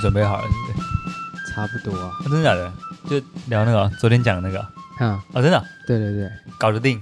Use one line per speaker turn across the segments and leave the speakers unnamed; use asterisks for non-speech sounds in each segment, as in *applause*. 准备好了，是不是？
差不多啊。
啊真的假的？就聊那个昨天讲的那个啊
嗯，，
哦真的啊
对对对，
搞得定，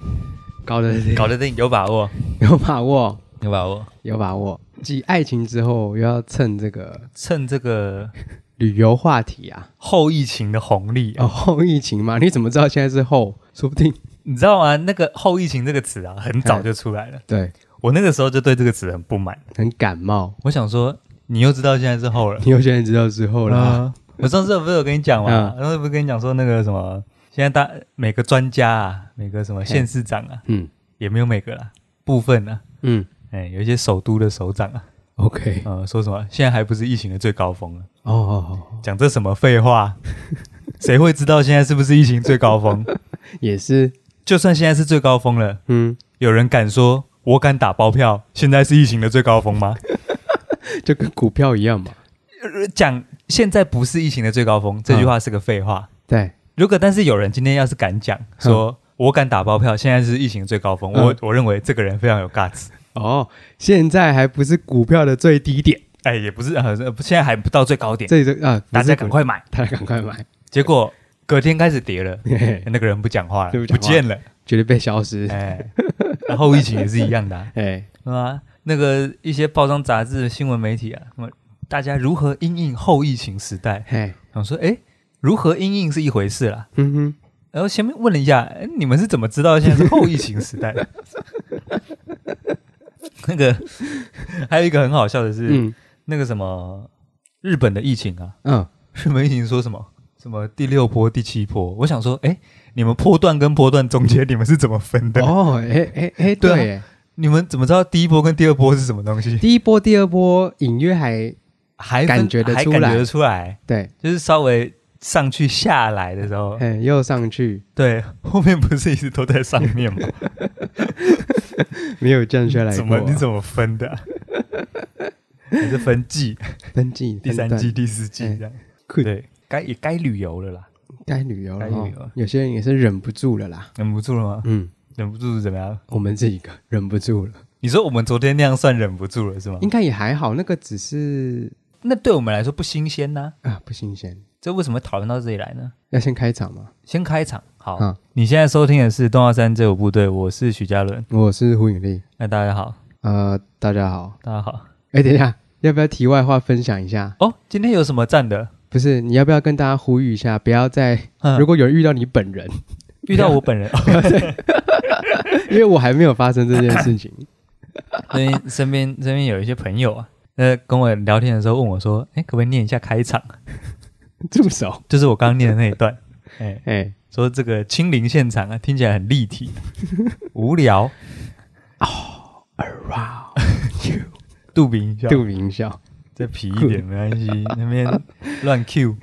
搞得定
搞得定，有把握，
*laughs* 有把握，
有把握。
有把握。继爱情之后，又要趁这个
趁这个
旅游话题啊，
后疫情的红利啊、
哦，后疫情嘛，你怎么知道现在是后？说不定
你知道吗？那个后疫情这个词啊，很早就出来了。
对，
我那个时候就对这个词很不满，
很感冒。
我想说，你又知道现在是后了，
你有些人知道之后啦，
啊我上次不是有跟你讲嘛，
嗯
上次不是跟你讲说那个什么，现在大每个专家啊，每个什么县市长啊，
嗯
也没有每个啦，部分啊，
嗯
哎，有一些首都的首长啊，
，OK，
呃，说什么现在还不是疫情的最高峰啊，
哦哦哦，
讲这什么废话？ *laughs* 谁会知道现在是不是疫情最高峰？
也是，
就算现在是最高峰了，
嗯，
有人敢说我敢打包票，现在是疫情的最高峰吗？
就跟股票一样嘛。
呃讲现在不是疫情的最高
嗯
峰，这句话是个废话。
对，
如果但是有人今天要是敢讲说，我敢打包票，现在是疫情最高峰，
嗯
我我认为这个人非常有 guts。
哦，现在还不是股票的最低点，
哎，也不是，呃，现在还不到最高
*laughs*
点，
这里就啊，不
大
是
家
股
赶，快买。
大家赶快买，
结果隔天开始跌了，
*laughs* 嘿嘿
那个人不讲话了，
对不
不
讲话
见了。
绝对被消失。
*laughs* 哎，然后疫情也是一样的、啊，
哎，
*laughs* 对吧？那个一些包装杂志、新闻媒体啊，什么大家如何因应后疫情时代，
嘿，
想说，哎，如何因应是一回事啦。
嗯哼。
然后前面问了一下，哎，你们是怎么知道现在是后疫情时代的？ *laughs* 那个还有一个很好笑的是，
嗯
那个什么日本的疫情啊，
嗯，
日本疫情说什么什么第六波、第七波？我想说，哎，你们波段跟波段中间你们是怎么分的？ *laughs*
哦，哎哎哎，
对啊
对耶，
你们怎么知道第一波跟第二波是什么东西？
第一波、第二波隐约还
还分
感觉得
还
出
感觉
来
得出来，
对，
就是稍微上去下来的时候，
哎，又上去，
对， *laughs* 后面不是一直都在上
*laughs*
面吗？
没有降下来
怎
过
么
啊。
你怎么分的啊、还是分季、
登记
第三
分段
季、第四季这样？
酷
对，该也该旅游了啦，
该旅游了
该旅游
哦？有些人也是忍不住了啦。
忍不住了吗？
嗯，
忍不住是怎么样？
我们这一个忍不住了，
你说我们昨天那样算忍不住了是吗
应？该也还好，那个只是
那对我们来说不新鲜呐、
啊不新鲜。
这为什么讨论到这里来呢？
要先开场嘛？
先开场好，
嗯
你现在收听的是《动画三》这五部队，我是许嘉伦。
我是胡永丽，
那大家好，
呃，大家好。
大家好
哎，等一下，要不要题外话分享一下？
哦，今天有什么站的？
不是，你要不要跟大家呼吁一下，不要再
嗯
如果有人遇到你本人，
遇到我本
*laughs*
人，哦
因为我还没有发生这件事情。
*laughs* 因为身边身边有一些朋友啊，呃，跟我聊天的时候问我说：“哎，可不可以念一下开场
助手，？”
就是我刚刚念的那一
*laughs*
段，哎，
哎，
说这个亲临现场啊，听起来很立体，
*laughs*
无聊，
哇，
杜比音效，
Oh, 杜明笑，
再皮一点没
*laughs*
关系，那边乱 Q，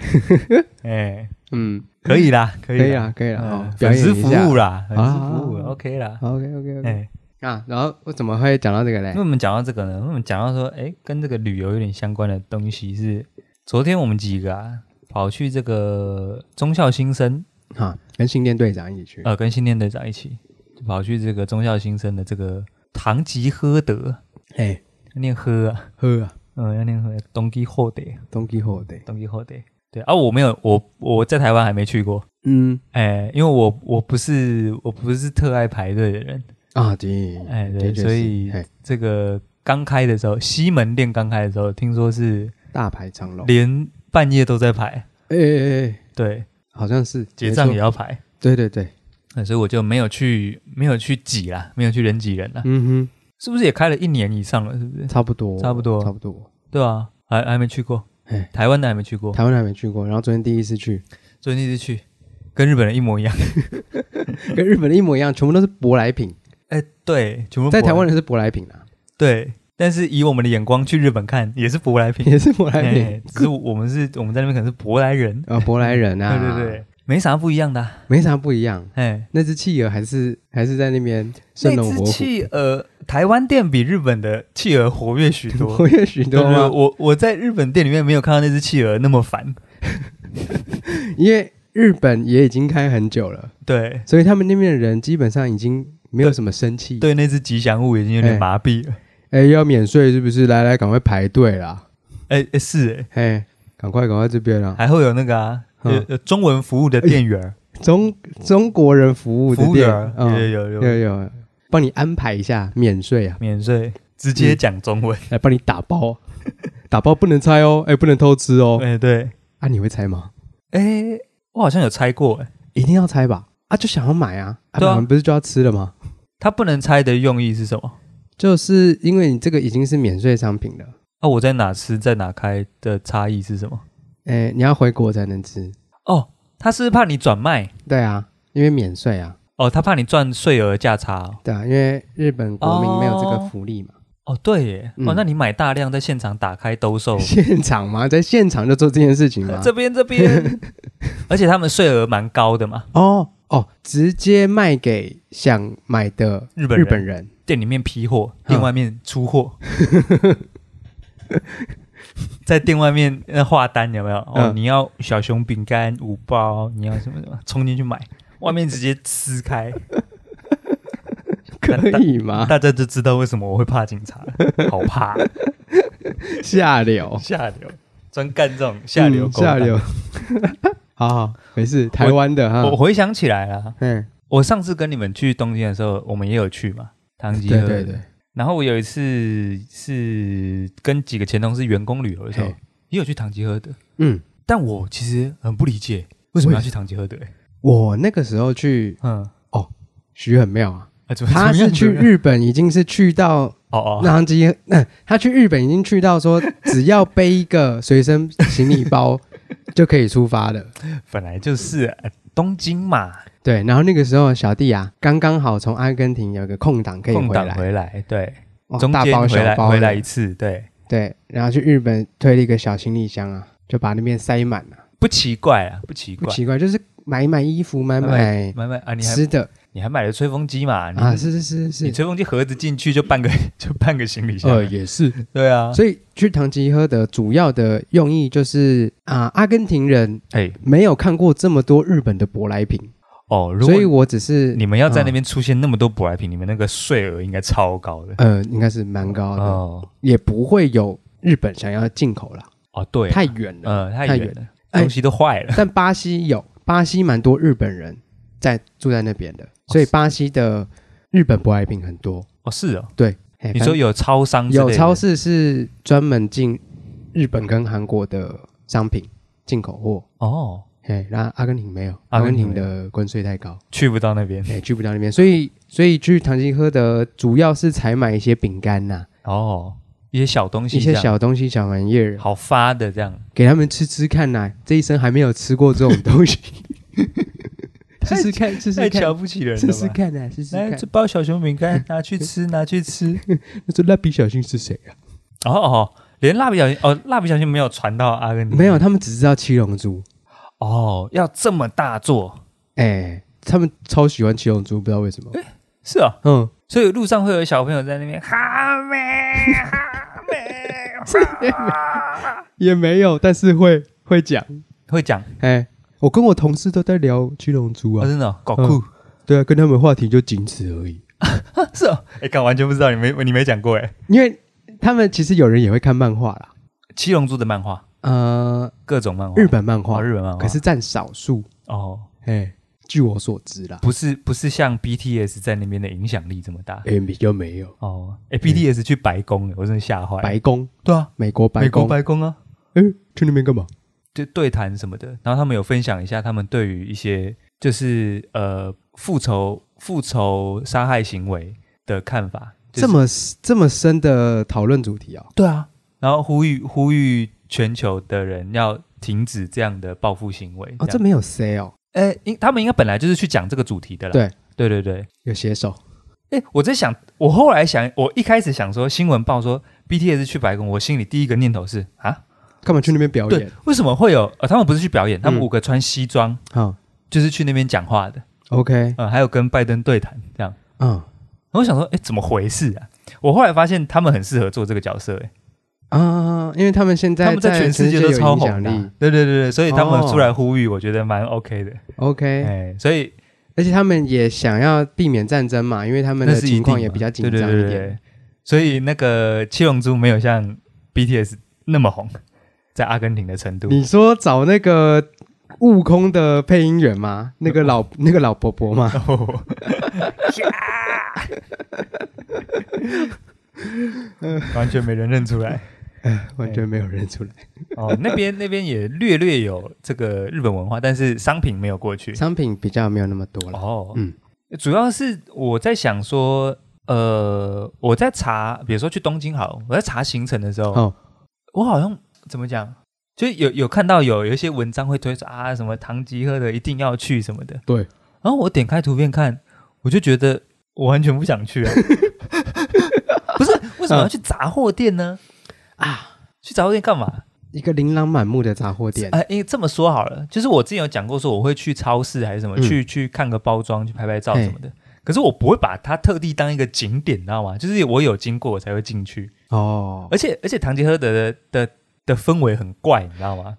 哎，
嗯，
可以啦，可
可
以
以
啦，
啦，可以啦，
嗯
哦，表
粉丝
演一
服
下
务。啦，粉丝服务
啊
，OK 啦，
OK OK OK
哎，
啊，然后我怎么会讲到这个嘞
因为？我们讲到这个呢，因为我们讲到说，哎，跟这个旅游有点相关的东西是，昨天我们几个啊跑去这个中校新生，
哈，跟新店队长一起去。
呃，跟新店队长一起跑去这个中校新生的这个堂吉诃德，
哎，
要念喝啊，
喝啊
嗯，要念喝，东基后德，
，Don Quixote。
东基后德，对啊，我没有，我我在台湾还没去过，
嗯
哎，因为我我不是我不是特爱排队的人，
啊，对，
哎，
的
对，
确是
所以
哎
这个刚开的时候，西门店刚开的时候，听说是。
大排长
哦
龙。
连半夜都在排，
哎哎哎，
对，
好像是
结账也。
没错
要排，
对对对，
呃所以我就没有去，没有去挤啦，没有去人挤人啦，
嗯
是不是也开了一年以上了？是不是
哼，？差不多，
差不多
差不多。
对啊，还还没去过
哎，
台湾的还没去过，
台湾还没去过，然后昨天第一次去，
所以那次去跟日本人一模一 *laughs* 样。
跟日本的一模一样，全部都是舶来品。
哎，对，全部
在台
舶
湾
来
人是舶来品啊啦，
对，但是以我们的眼光去日本看也是舶来 *laughs* 品，
也是舶来
哎
品，
只是我们是我们在那边可能是舶来人，
啊，舶来人啊，
对对对，没啥不一样的啊，
没啥不一样。
哎。
那只企鹅还是还是在那边生龙活
那只
*laughs* 虎，
企鹅，台湾店比日本的企鹅活跃许 *laughs* 多，
活跃许
对
多
对对
吗？
我我在日本店里面没有看到那只企鹅那么烦，
因为日本也已经开很久了，
对
所以他们那边的人基本上已经没有什么生气。，
对，那只吉祥物已经有
哎
点麻痹了。
哎，要免税是不是？来来，赶快排队啦！
哎、哎是哎、
哎，赶快赶快这边啊！
还会有那个啊，有
嗯
有中文服务的店员儿，
中中国人服务的
服务
店
员儿，
嗯
有有有
有有，帮你安排一下免税啊，
免税，直
嗯
接讲中文。
来帮你打包， *laughs* 打包不能拆哦，哎、不能偷吃哦。
哎、对，
啊，你会拆吗？
哎、我好像有猜过、哎，
一定要拆吧？啊，就想要买啊，啊，
对啊
买完不是就要吃了吗？
它不能猜的用意是什么？
就是因为你这个已经是免税商品了，
啊，我在哪吃，在哪开的差异是什么？
哎、你要回国才能吃。
哦，他是怕你转卖，
对啊，因为免税啊，
哦，他怕你赚税额价差哦。
对啊，因为日本国民没有这个
哦
福利嘛。
哦，对耶，
嗯
哦，那你买大量在现场打开兜
*laughs*
售，
现场嘛，在现场就做这件事情嘛。
这边这边， *laughs* 而且他们税额蛮高的嘛，
哦哦，直接卖给想买的
日本
日
人
本人。
店里面批货，
嗯
店外面出货， *laughs* 在店外面那画单有没有？哦，
嗯
你要小熊饼干五包，你要什么什么，冲进去买，外面直接撕
*laughs*
开，
可以吗？
大家就知道为什么我会怕警察了，好
*laughs*
怕，
下流，
下流，专干这种下流
嗯
勾当
下流。嗯好好，没事，台湾的哈
我。回想起来了，
嗯，
我上次跟你们去东京的时候，我们也有去嘛，唐吉
对
诃德。
对对，
然后我有一次是跟几个前同事员工旅游的时候
嘿，
也有去唐吉诃德，
嗯，
但我其实很不理解为什么要去唐吉诃德、欸
我那个时候去
嗯，
许很妙啊，
啊，怎么
他
怎么
是
样
去
怎么样
日本已经是去到
哦哦，
那基，那他去日本已经去到说只要背一个随身行李包就可以出
*laughs*
发了。
本来就是、呃东京嘛，
对，然后那个时候小弟啊，刚刚好从阿根廷有个空档可以
空
回
档
来，
回来，对，
哇
中
大
间
包
回
小
来
包
回来
的
一，次，对，
对，然后去日本推了一个小行李箱啊，就把那边塞满了。
不奇怪啊，不奇
不
怪，
奇怪，就是买买衣服，买买
买买啊，你还
吃的
你还买了吹风机嘛？你
啊，是是
你
是是，
吹风机盒子进去就半个 *laughs* 就半个行李箱，
呃也是。
对啊，
所以去唐吉诃德主要的用意就是啊，阿根廷人
哎、
没有看过这么多日本的舶来品，
哦，如
所
果
以我只是
你们要在那
嗯
边出现那么多舶来品，你们那个税额应该超高的。
呃，应该是蛮高的，
哦
也不会有日本想要进口啦，
哦，对啊，嗯
太远了。
呃太
太
远
远
了，
哎
东西都坏 *laughs* 了。
但巴西有，巴西蛮多日本人在住在那边的，所以巴西的日本舶来品很多。
哦，是哦，
对，嘿
你说有超商之类
有
的
超市是专门进日本跟韩国的商品进口货，
哦，
嘿，那阿根廷没有，
阿
阿
根
根
廷
廷的关税太高，
去不到那边
哎，去不到那边，所以所以去唐吉诃德主要是采买一些饼干呐、
哦，一些小东西
一
这
些
样，
小东西、小玩意儿，
好发的这样，
给他们吃吃看呐、这一生还没有吃过这种 *laughs* 东西，试试看，试试
太
看
瞧。不起人
试
了
试
吧？
看呐、试试
来，
看
这。包小熊饼
*laughs*
干拿去吃，拿去吃。
那这蜡笔小新是谁啊？
哦哦，连蜡笔小新哦，蜡笔小新没有传到阿根廷，
没有，他们只知道七龙珠。
哦，要这么大做
哎、他们超喜欢七龙珠，不知道为什么。
是哦，
嗯，
所以路上会有小朋友在那边哈妹哈妹，哈
*laughs* 也没有，但是会会讲。
会讲，
哎，我跟我同事都在聊七龙珠
哦
啊，
真的哦搞酷， *laughs*
对啊，跟他们话题就仅此而已。
是哦，哎，刚完全不知道你没你没讲过哎，
因为他们其实有人也会看漫画啦，
七龙珠的漫画，
呃，
各种漫画，
日本漫画，
哦日本漫画，
可是占少数。
哦，
哎，据我所知啦，
不是不是像 BTS 在那边的影响力这么大
哎，比较没有。
哦，哎，BTS 去白宫，我真的吓坏，
白宫，
对啊，
美国白
美国
宫，
白宫啊，
哎，去那边干嘛？
就对谈什么的，然后他们有分享一下他们对于一些就是呃复仇复仇杀害行为的看法，就是、
这么这么深的讨论主题啊？
对啊，然后呼吁呼吁全球的人要停止这样的报复行为。
哦，这
么
没有 say 哦，
呃，应他们应该本来就是去讲这个主题的啦。
对
对对对，
有写手。
哎，我在想，我后来想，我一开始想说新闻报说 BTS 去白宫，我心里第一个念头是啊，
干嘛去那边表
对
演？，
为什么会有呃他们不是去表演，他们
嗯
五个穿西装、
好
就是去那边讲话的，
，OK，
呃，还有跟拜登对谈这样。
嗯
然后我想说，哎，怎么回事啊？我后来发现他们很适合做这个角色，哎，
啊，因为他们现在
他们在全世界都
有
超
影
红
响
的
力
啊。对对对对，所以他们
哦
出来呼吁，我觉得蛮 OK 的。
OK，
哎，所以
而且他们也想要避免战争嘛，因为他们
那
的
是一定
情况
嘛
也比较紧张
对
一
对
点。
对对对所以那个七龙珠没有像 BTS 那么红，在阿根廷的程度。
你说找那个悟空的配音员吗？那个
*laughs*
老那个老伯伯吗？ *laughs*
哦，完全没人认出来。
哎完全没有认出来。
哦，那边那边也略略有这个日本文化，但是商品没有过去。
商品比较没有那么多了。
哦，
嗯，
主要是我在想说，呃，我在查，比如说去东京好了，我在查行程的时候，
哦，
我好像怎么讲，就有有看到有有一些文章会推说啊，什么唐吉诃德一定要去什么的。
对。
然后我点开图片看，我就觉得我完全不想去
*laughs*
啊。不是，为什么要去杂货店呢？
啊，
去杂货店干嘛？
一个琳琅满目的杂货店。
哎、因为这么说好了，就是我之前有讲过，说我会去超市还是什么，
嗯
去去看个包装，去拍拍照什么的。可是我不会把它特地当一个景点，你知道吗？就是我有经过我才会进去，
哦，
而且而且唐吉诃德的的的氛围很怪，你知道吗？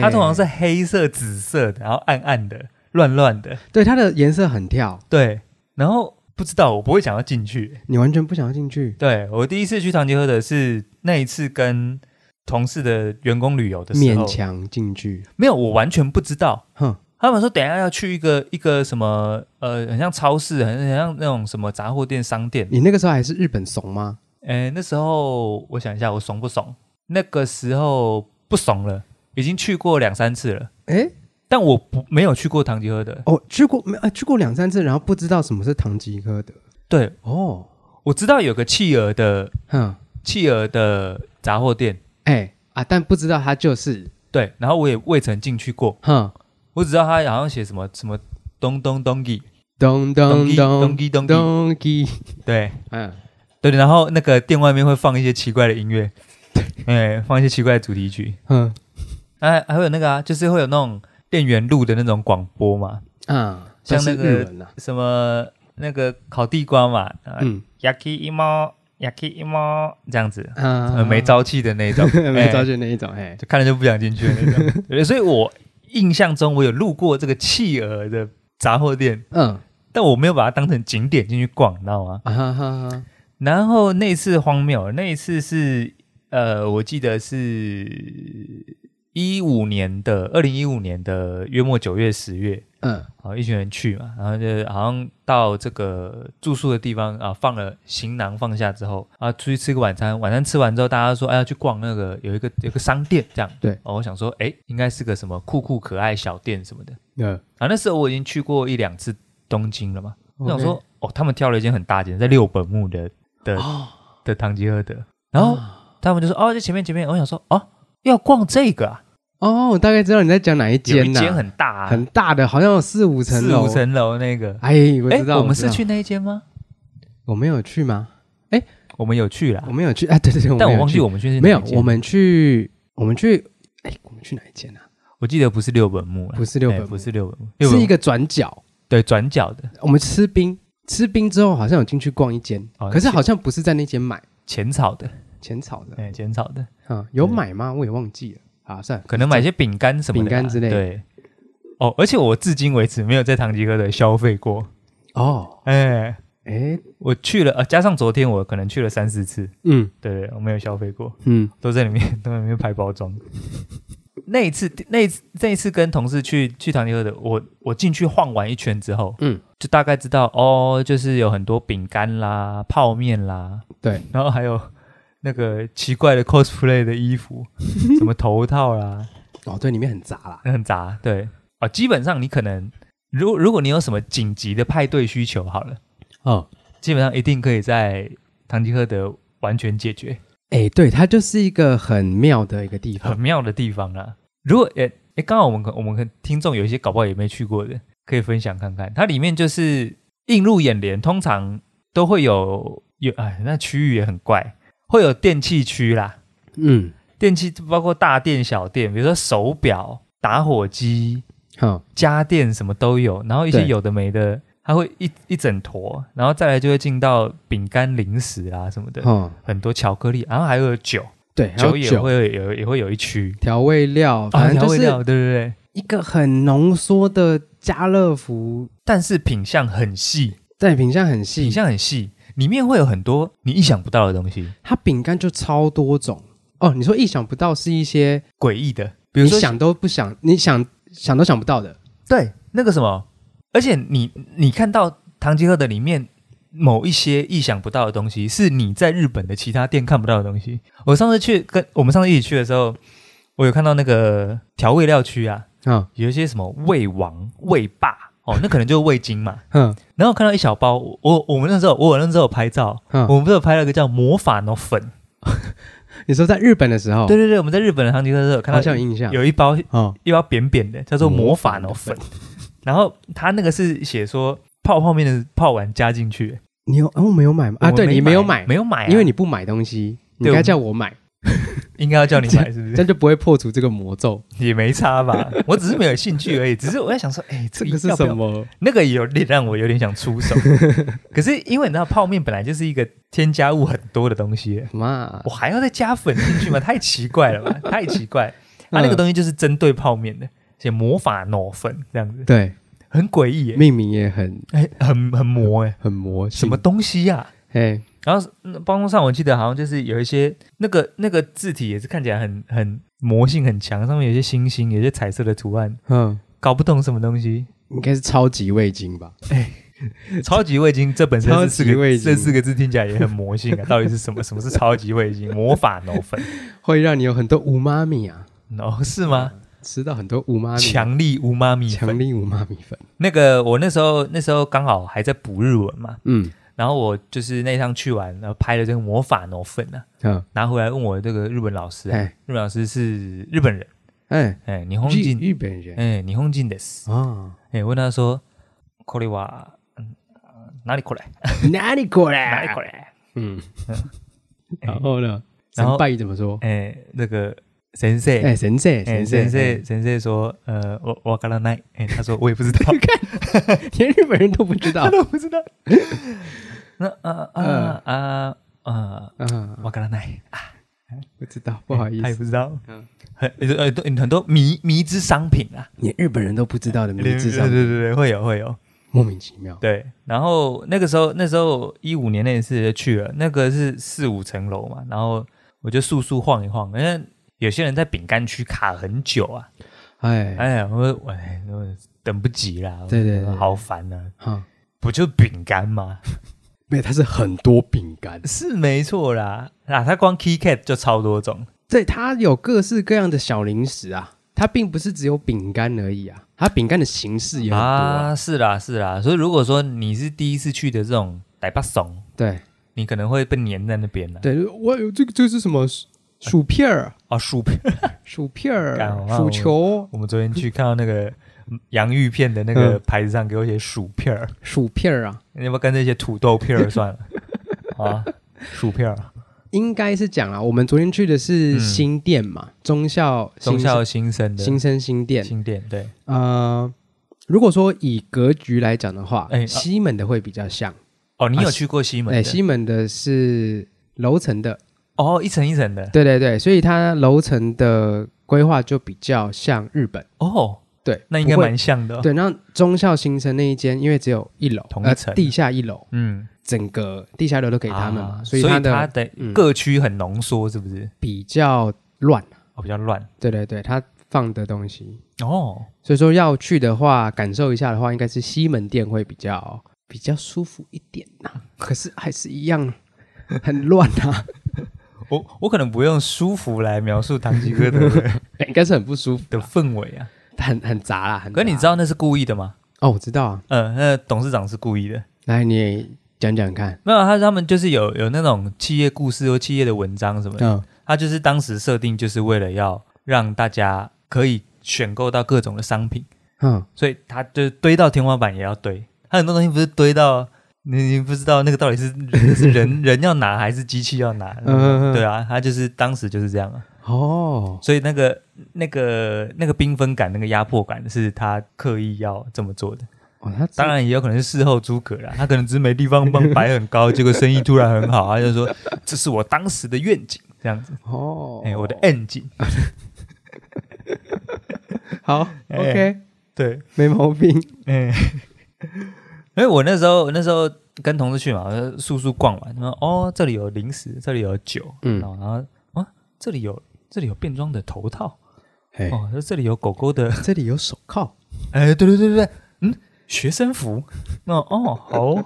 呃它通常是黑色、紫色的，然后暗暗的、乱乱的，
对它的颜色很跳，
对。然后不知道，我不会想要进去。
你完全不想要进去。
对我第一次去唐吉诃德是那一次跟同事的员工旅游的时候
勉，强进去，
没有，我完全不知道。
哼，
他们说等一下要去一个一个什么呃，很像超市，很很像那种什么杂货店、商店。
你那个时候还是日本怂吗？
哎，那时候我想一下，我怂不怂？那个时候不怂了，已经去过两三次了，
哎，
但我不没有去过唐吉诃德。
哦，去过没？呃，去过两三次，然后不知道什么是唐吉诃德。
对，
哦，
我知道有个企鹅的
哼，
企鹅的杂货店，
哎啊，但不知道它就是，
对，然后我也未曾进去过，
哼，
我只知道它好像写什么什么东东东吉
咚
东
咚
吉东
咚
吉东吉，
咚叽，
对
嗯，
对，然后那个店外面会放一些奇怪的音乐，哎，放一些奇怪的主题曲，
哼，
哎，还会有那个啊，就是会有那种店员录的那种广播嘛，
啊，
嗯像
都是
那个
日文呐，
什么那个烤地瓜嘛，啊
嗯
yaki imo yaki imo 这样子，
啊，
很没，朝气的那种
*laughs* 没
呃哎
招就那一种，哎，
就看了就不想进去的那种。对所以我印象中我有路过这个企鹅的杂货店，
嗯，
但我没有把它当成景点进去逛，你知道吗？
啊哈哈哈，
然后那一次荒谬，那一次是呃，我记得是一五年的，二零一五年的约莫九月、十月。
嗯，
啊，一群人去嘛，然后就好像到这个住宿的地方啊，放了行囊放下之后啊，出去吃个晚餐，晚餐吃完之后，大家说哎要去逛那个有一个有个商店这样，
对
哦，我想说哎应该是个什么酷酷可爱小店什么的
呃，
啊，那时候我已经去过一两次东京了嘛，我想
OK
说哦他们挑了一间很大间，在六本木的的
哦，
的唐吉诃德，然后
啊
他们就说哦在前面前面，我想说哦要逛这个啊，
哦，我大概知道你在讲哪一
有一
间呐，
间很大、啊，
很大的，好像有四五层
四
楼，
五，层楼那个，
哎，我知道，
我们
知
是
道
去那一间吗？
我们有去吗？
我们有去啦
我，们有去，哎，对对对，
但
们
我
有
忘记
去
我们去是
没
哪
有
一，间
我们去，我们去，哎，我们去哪一间啊？
我记得不是六本木啦，
不是六本
哎
木
不是六本木，六本
是
木
一个转角，
对转角的
我们吃冰，吃冰之后好像有进去逛一间
哦，
可是
那是
好像不是在那间买
浅草的，
浅草的，
哎，浅草的，
嗯，有
对
买吗？我也忘记了，啊，算了，
可能买一些饼干什么的啊，
饼干之类的
对，哦，而且我至今为止没有在唐吉诃德消费过，
哦，
哎，
哎，
我去了，呃，加上昨天我可能去了三四次，
嗯
对，我没有消费过，
嗯，
都在里面 *laughs* 都在里面拍包装。那一次，那一次，那一次跟同事去去唐吉诃德，我我进去晃完一圈之后，
嗯，
就大概知道哦，就是有很多饼干啦、泡面啦，
对，
然后还有那个奇怪的 cosplay 的衣
*laughs*
服，什么头套啦，
哦，对，里面很杂啦，
那很杂。对啊、哦，基本上你可能，如果如果你有什么紧急的派对需求，好了，
哦，
基本上一定可以在唐吉诃德完全解决，
哎，对，它就是一个很妙的一个地
很
方，
妙的地方啦。如果诶诶，刚好我们可我们可听众有一些搞不好也没去过的，可以分享看看。它里面就是映入眼帘，通常都会有有哎，那区域也很怪，会有电器区啦。
嗯，
电器包括大店、小店，比如说手表、打火机、
好，
家电什么都有，然后一些
对
有的没的，它会一一整坨，然后再来就会进到饼干、零食啊什么的，
哦，
很多巧克力，然后还有酒，
对，还有
酒也会有也会有一区
调味料，
啊，
反正
调
就
味
是
料，对对对，
一个很浓缩的家乐福，
但是品相很细，
但品相很细
品，相很细，里面会有很多你意想不到的东西
它饼干就超多种，哦，你说意想不到是一些
诡异的，比
你
如说
想都不想，你想想都想不到的。
对那个什么，而且你你看到《堂吉诃德》里面某一些意想不到的东西，是你在日本的其他店看不到的东西。我上次去跟我们上次一起去的时候，我有看到那个调味料区啊，
嗯
有一些什么味王、味霸 *laughs* 哦，那可能就是味精嘛。
哼
然后看到一小包，我我我们那时候我有那时候有拍照，我
哼，
们不是有拍了一个叫魔法脑粉。
你说在日本的时候，
对对对，我们在日本的堂吉诃德有看
哦好
到
像有印象。
有一包
哦，
一包扁扁的，叫做魔法脑粉。然后它那个是写说泡泡面的泡碗加进去
你有啊？我没有买吗？啊，
我
对你没有买，
没有买啊、
因为你不买东西，你
对
应
我
该
们
叫我买，
应该要叫你买，是不
这
是？
样就不会破除这个魔咒。
也没差
*laughs*
吧，我只是没有兴趣而已。只是我在想说，哎、
这
这
个是
要不
什
要？
么？
那个有点让我有点想出
*laughs*
手，可是因为你知道泡面本来就是一个添加物很多的东西，
妈
我，还要再加粉进去吗？太奇怪了吧，太奇怪。它那个
嗯
东西就是针对泡面的，写魔法脑粉这样子，
对，
很诡异耶，
命名也很
哎、很很魔哎、
很魔性
什么？东西呀、
哎，
然后嗯包装上我记得好像就是有一些那个那个字体也是看起来很很魔性很强，上面有一些星星，有一些彩色的图案，
嗯，
搞不懂什么东西。
应该是超级味精吧？
超级味精这本身
超
是
级
四个
味精
这四个字听起来也很魔性
*laughs*
啊，到底是什么？什么是超级味精？魔法脑粉？
会让你有很多无妈咪啊，
哦，是吗？
吃到很多无妈咪，
强力无妈咪
强
粉。
力无妈咪粉。
那个我那时候那时候刚好还在补日文嘛，
嗯
然后我就是那一趟去完，然后拍了这个魔法脑粉啊，
嗯，
拿回来问我这个日本老师、啊，
哎
日本老师是日本人，
哎，
哎，你红
日
进
日本人
哎、日本人です。
啊，
哎、问他说，これは嗯啊哪里过来？
哪里过
哪里
来啊
过？来？
嗯， *laughs* 然后呢？
然后
神拜怎么说？
哎、那个神社，
哎，神社，
哎、
神社，
神
哎
社，神社说，呃，我我からない。哎、他 *laughs* 说我也不知道，
*laughs* 连日本人都不
*laughs*
知道
他都不知道。那啊啊啊啊，
啊，
我からない。
不知道，不好意
他也
思，
不知道。
嗯
很呃都很多迷迷之商品啊，
连日本人都不知道的名字上
对，对对对，会有会有。
莫名其妙。
对，然后那个时候，那时候一五年那一次就去了，那个是四五层楼嘛，然后我就速速晃一晃，因为有些人在饼干区卡很久啊，
哎，
哎呀，我我哎我等不及啦，
对对对
我好烦啊，
哈，
不就饼干吗？ *laughs*
没有，它是很多饼干，
是没错啦，啊，它光 Key Cat 就超多种，
对，它有各式各样的小零食啊，它并不是只有饼干而已啊，它饼干的形式也很多啊。
啊，是啦是啦，所以如果说你是第一次去的这种呆巴怂，
对
你可能会被粘在那边的、
对，我有这个这个是什么薯薯片儿？
啊，薯片。
薯片
干
儿、啊
我怕
薯球、
我们昨天去看到那个洋芋片的那个
嗯
牌子上给我写薯片儿，
薯片儿啊，
你要不要干脆写土豆片儿
*laughs*
算了啊？薯片儿，
应该是讲啊，我们昨天去的是
嗯
新店嘛，中校
中校新生的
新生新店。
新店，对，
呃，如果说以格局来讲的话，
哎啊
西门的会比较像。
哦，你
啊
有去过西门
哎，
的？
西门的是楼层的，
哦，一层一层的，
对对对，所以它楼层的规划就比较像日本。
哦，
对，
那应该
不会
蛮像的哦，
对。那中校新生那一间，因为只有一楼，
同
呃
一层
地下一楼，
嗯，
整个地下一楼都给他们嘛，
啊
所
所
以
以
它
它
的
的
嗯
各区很浓缩，是不是？
比较乱。啊
哦，比较乱
对对对，它放的东西，
哦，
所以说要去的话，感受一下的话，应该是西门店会比较比较舒服一点呐、
嗯
可是还是一样很乱啊， *laughs*
我我可能不用舒服来描述唐吉诃德
*laughs*
的
应该是很不舒服
的
的，
氛围啊，
很很杂啦。很杂
可你知道那是故意的吗？
哦，我知道啊，
嗯，那董事长是故意的。
来你也讲讲看。
没有，他他们就是有有那种企业故事或企业的文章什么的，
嗯
他就是当时设定就是为了要让大家可以选购到各种的商品，
嗯，
所以他就堆到天花板也要堆。他很多东西不是堆到你你不知道那个到底是是人 *laughs* 人要拿还是机器要拿，
嗯嗯
对啊，他就是当时就是这样啊，
哦，
所以那个那个那个缤纷感、那个压迫感是他刻意要这么做的。
哦，他
当然也有可能是事后诸葛啦，他 *laughs* 可能只是没地方帮摆很高，结果生意突然很好，他就说 *laughs* 这是我当时的愿景，这样子，
哦，
哎、我的 N 景，
好
哎
，OK，
对，
没毛病。
哎、 *laughs* 因为我那时候我那时候跟同事去嘛，我就速速逛完，然后哦这里有零食，这里有酒，
嗯
然后然后啊这里有这里有变装的头套，
哎，
哦，这里有狗狗的， *laughs*
这里有手铐，
哎，对对对对对，嗯，学生服，那哦好哦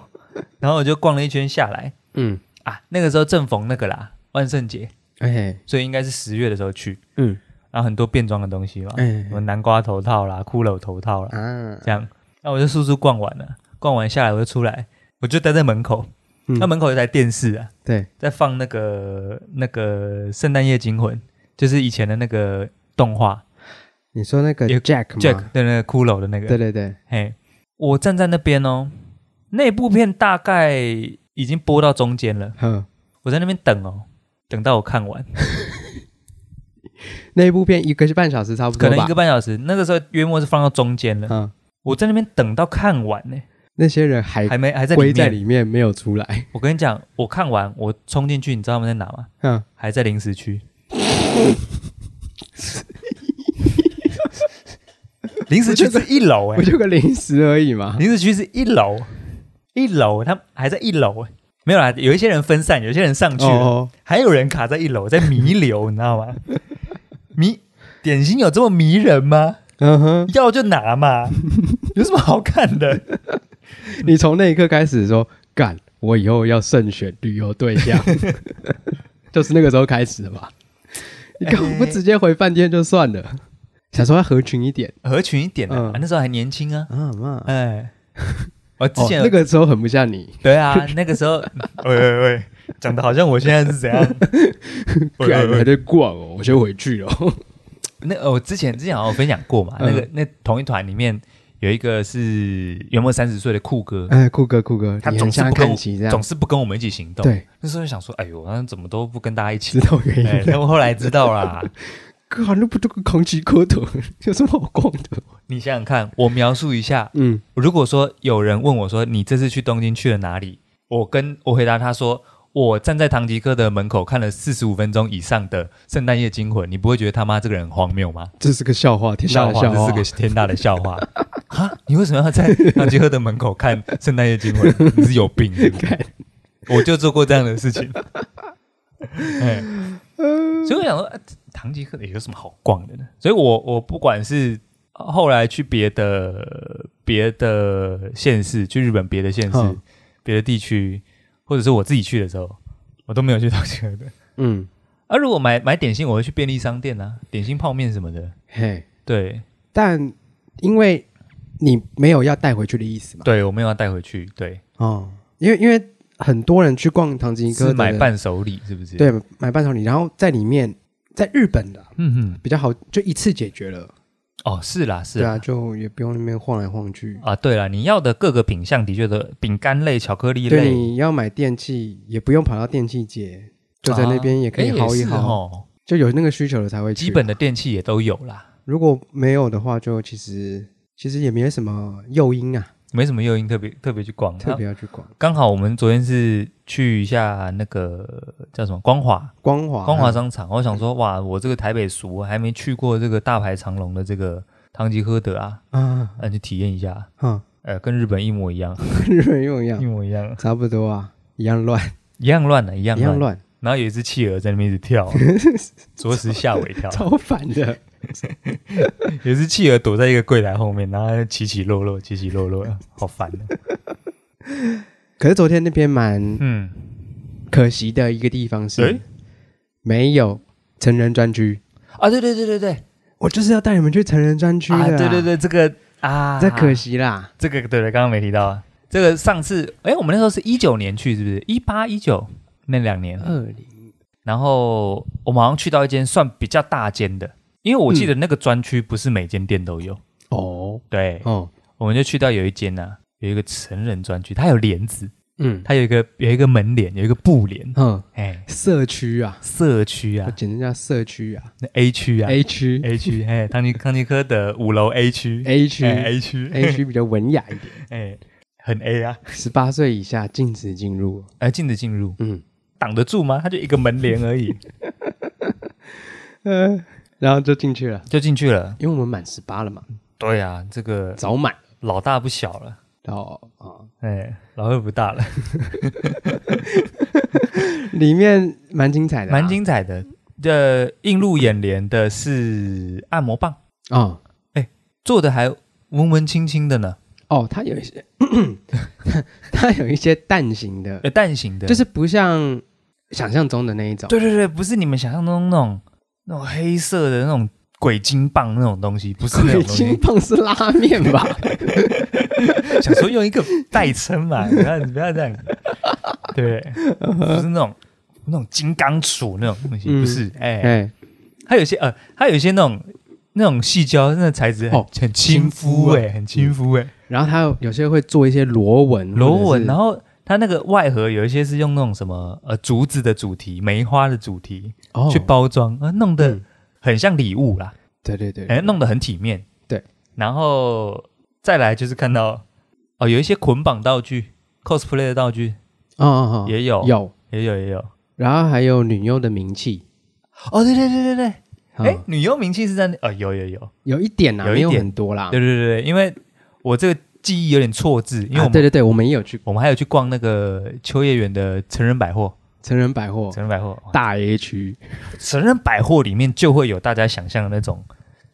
然后我就逛了一圈下来
嗯，
啊，那个时候正逢那个啦，万圣节，
哎，
所以应该是十月的时候去，
嗯，
然后很多变装的东西嘛，
哎
什么南瓜头套啦、骷髅头套啦，
啊，
这样，那我就速速逛完了，逛完下来我就出来，我就待在门口，那门口有台电视啊，
嗯对，
在放那个那个《圣诞夜惊魂》，就是以前的那个动画
你说那个
有
Jack 吗
Jack 的那个骷髅的那
对
个，
对对，
嘿，我站在那边哦，那部片大概已经播到中间了，
哼，
我在那边等哦，等到我看完，
那一部片一个半小时差不
可
多
能一
吧
个，半小时，那个时候约莫是放到中间了，
嗯，
我在那边等到看完呢、
那些人还
还没还在里
哎归在
面。
里面没有出来，
我跟你讲，我看完我冲进去，你知道他们在哪吗？
嗯，
还在零食
*laughs*
区。零食区是一楼哎、
不就个零食而已嘛，
零食区是一楼，一楼他们还在一楼哎、没有啦，有一些人分散，有一些人上去了，
哦，
还有人卡在一楼在弥留，你知道吗？迷点心有这么迷人
*laughs*
吗？
嗯哼，
要就拿嘛，有什么好看
*laughs*
的？
你从那一刻开始说，干，我以后要慎选旅游对 *laughs* 象，就是那个时候开始的吧？你干嘛不直接回饭店就算了？想说要合群一点
合群一点啊，
嗯
那时候还年轻啊，
啊嘛。
哎，我之
哦，
前有
那个时候很不像你，
对啊，那个时候， *laughs* 喂喂喂，讲的好像我现在是怎样？喂
干
喂
还
喂
在逛哦，我先回去了。
*laughs* 那呃我之前之前好像有分享过嘛，
嗯
那个那同一团里面有一个是约莫三十岁的酷哥，
哎，酷哥，酷哥，
他
你
总
很
是
像
不跟
看
我
齐这样
总，是不跟我们一起行动。，
对，
那时候就想说，哎呦，那怎么都不跟大家一
知
起？
道原
哎
因，
但
了。
我后来知道啦。
哥，那不都跟扛起磕头， *laughs* 有什么好逛的？
你想想看，我描述一下，
嗯，
如果说有人问我说你这次去东京去了哪里，我跟我回答他说。我站在唐吉诃德门口看了四十五分钟以上的《圣诞夜惊魂》，你不会觉得他妈这个人很荒谬吗？
这是个笑话，天
笑
大的
话，
笑话。
这是个天大的笑话。哈，你为什么要在唐吉诃德门口看圣诞夜惊魂？你是有病是不是
看
我就做过这样的事
*laughs*
情。哎，
嗯
所以我想说，啊唐吉诃德有什么好逛的呢？所以我我不管是后来去别的别的县市，去日本别的县市、
嗯
别的地区，或者是我自己去的时候，我都没有去唐吉诃德。
嗯，
啊，如果买买点心，我会去便利商店啊，点心、泡面什么的。
嘿，
对，
但因为你没有要带回去的意思嘛，
对，我没有要带回去。对，
哦，因为因为很多人去逛唐吉诃德
是
的
买伴手礼是不是？，
对买伴手礼，然后在里面在日本的
嗯哼，
比较好，就一次解决了，
哦，是啦，是
对啊，
啦，
就也不用那边晃来晃去。
啊，对啦，你要的各个品相的确都饼干类、巧克力
对，
类，
你要买电器也不用跑到电器街，就在那边也可以
啊
薅
诶
一
也是
薅，
哦，
就有那个需求了才会去。
基本的电器也都有啦，
如果没有的话，就其实其实也没什么诱因啊，
没什么诱因特别特别去逛。
特
啊
别要去逛
刚好我们昨天是去一下那个叫什么光华
光华嗯
光华商场，我想说哇，我这个台北熟，还没去过这个大排长龙的这个唐吉诃德啊，
啊
那、去体验一下，
啊，
呃，跟日本一模一样，
*laughs* 跟日本用一样
一，模一样，
*laughs* 差不多啊，一样乱，
一样乱的、啊一样
一样乱，
然后有一只企鹅在那边一直跳、
*laughs*
啊，着实吓我一跳。
超烦的。
有一只企鹅躲在一个柜台后面，然后起起落落，起起落落，好烦啊、
可是昨天那边蛮
嗯，
可惜的一个地方是
诶，
没有成人专区。
啊，对对对对对，
我就是要带你们去成人专区的、
啊，对对，对，这个啊，
这可，惜啦。
这个对对，刚刚没提到啊。这个上次，哎，我们那时候是一九年去，是不是？一八一九那两年，
二零
然后我们好像去到一间算比较大间的，因为我记得那个专区不是每间店都有，
哦
对，
哦
我们就去到有一间呢、啊，有一个成人专区，它有帘子，
嗯
它有一个有一个门帘，有一个布帘，
嗯，
哎，
社区啊，
社区
我
啊
简直叫社区啊
那，A 区啊
，A 区
A 区，哎，唐吉唐吉诃德五楼 A 区
A 区
哎 A 区
A 区比较文雅一点，
*laughs* 哎，很 A 啊，
十八岁以下禁止进入。
哎，禁止进入，
嗯
挡得住吗？它就一个门帘而已，
呃，然后就进去了，
*laughs* 就进去了。
因为我们满十八了嘛，
对啊，这个
早满。
老大不小了，
然后啊，
哎，老二不大了，
里面蛮精彩的啊、
蛮精彩的。的映入眼帘的是按摩棒，
啊、
做的还文文清清的呢，
哦，它有一些， *clears throat* 它有一些蛋形的，
呃，蛋形的，
就是不像想象中的那一种。
对对对，不是你们想象中那种那种黑色的那种鬼金棒那种东西，不是那种
鬼
东
金
西。
棒是拉面
*laughs*
吧？
想说用一个代称
*laughs*
嘛，不要不要这样，对，不是那种那种金刚杵那种东西，
嗯
不是。哎、
哎，
它有些呃，它有些那种那种细胶，那材质很、
哦
很亲肤哎、很亲肤哎、
然后它有有些会做一些螺纹，
螺纹，然
后
后。它那个外盒有一些是用那种什么呃竹子的主题、梅花的主题、
哦
去包装，呃弄得
嗯
很像礼物啦。
对对对，
哎、弄得很体面。
对，
然后再来就是看到哦，有一些捆绑道具、cosplay 的道具
哦哦哦，
也有，
有，
也有，也有。
然后还有女优的名气，
哦，对对对对对，
嗯
哎、女优名气是在那，哦，有有有，
有一点啦，
有一
没有
点
很多啦。
对对对对，因为我这个记忆有点错字，因为我
啊啊
们、
对对对，我们也有去
我们还有去逛那个秋叶原的成人百货，
成人百货
成人百货，哇
大 A 区，
成人百货里面就会有大家想象的那种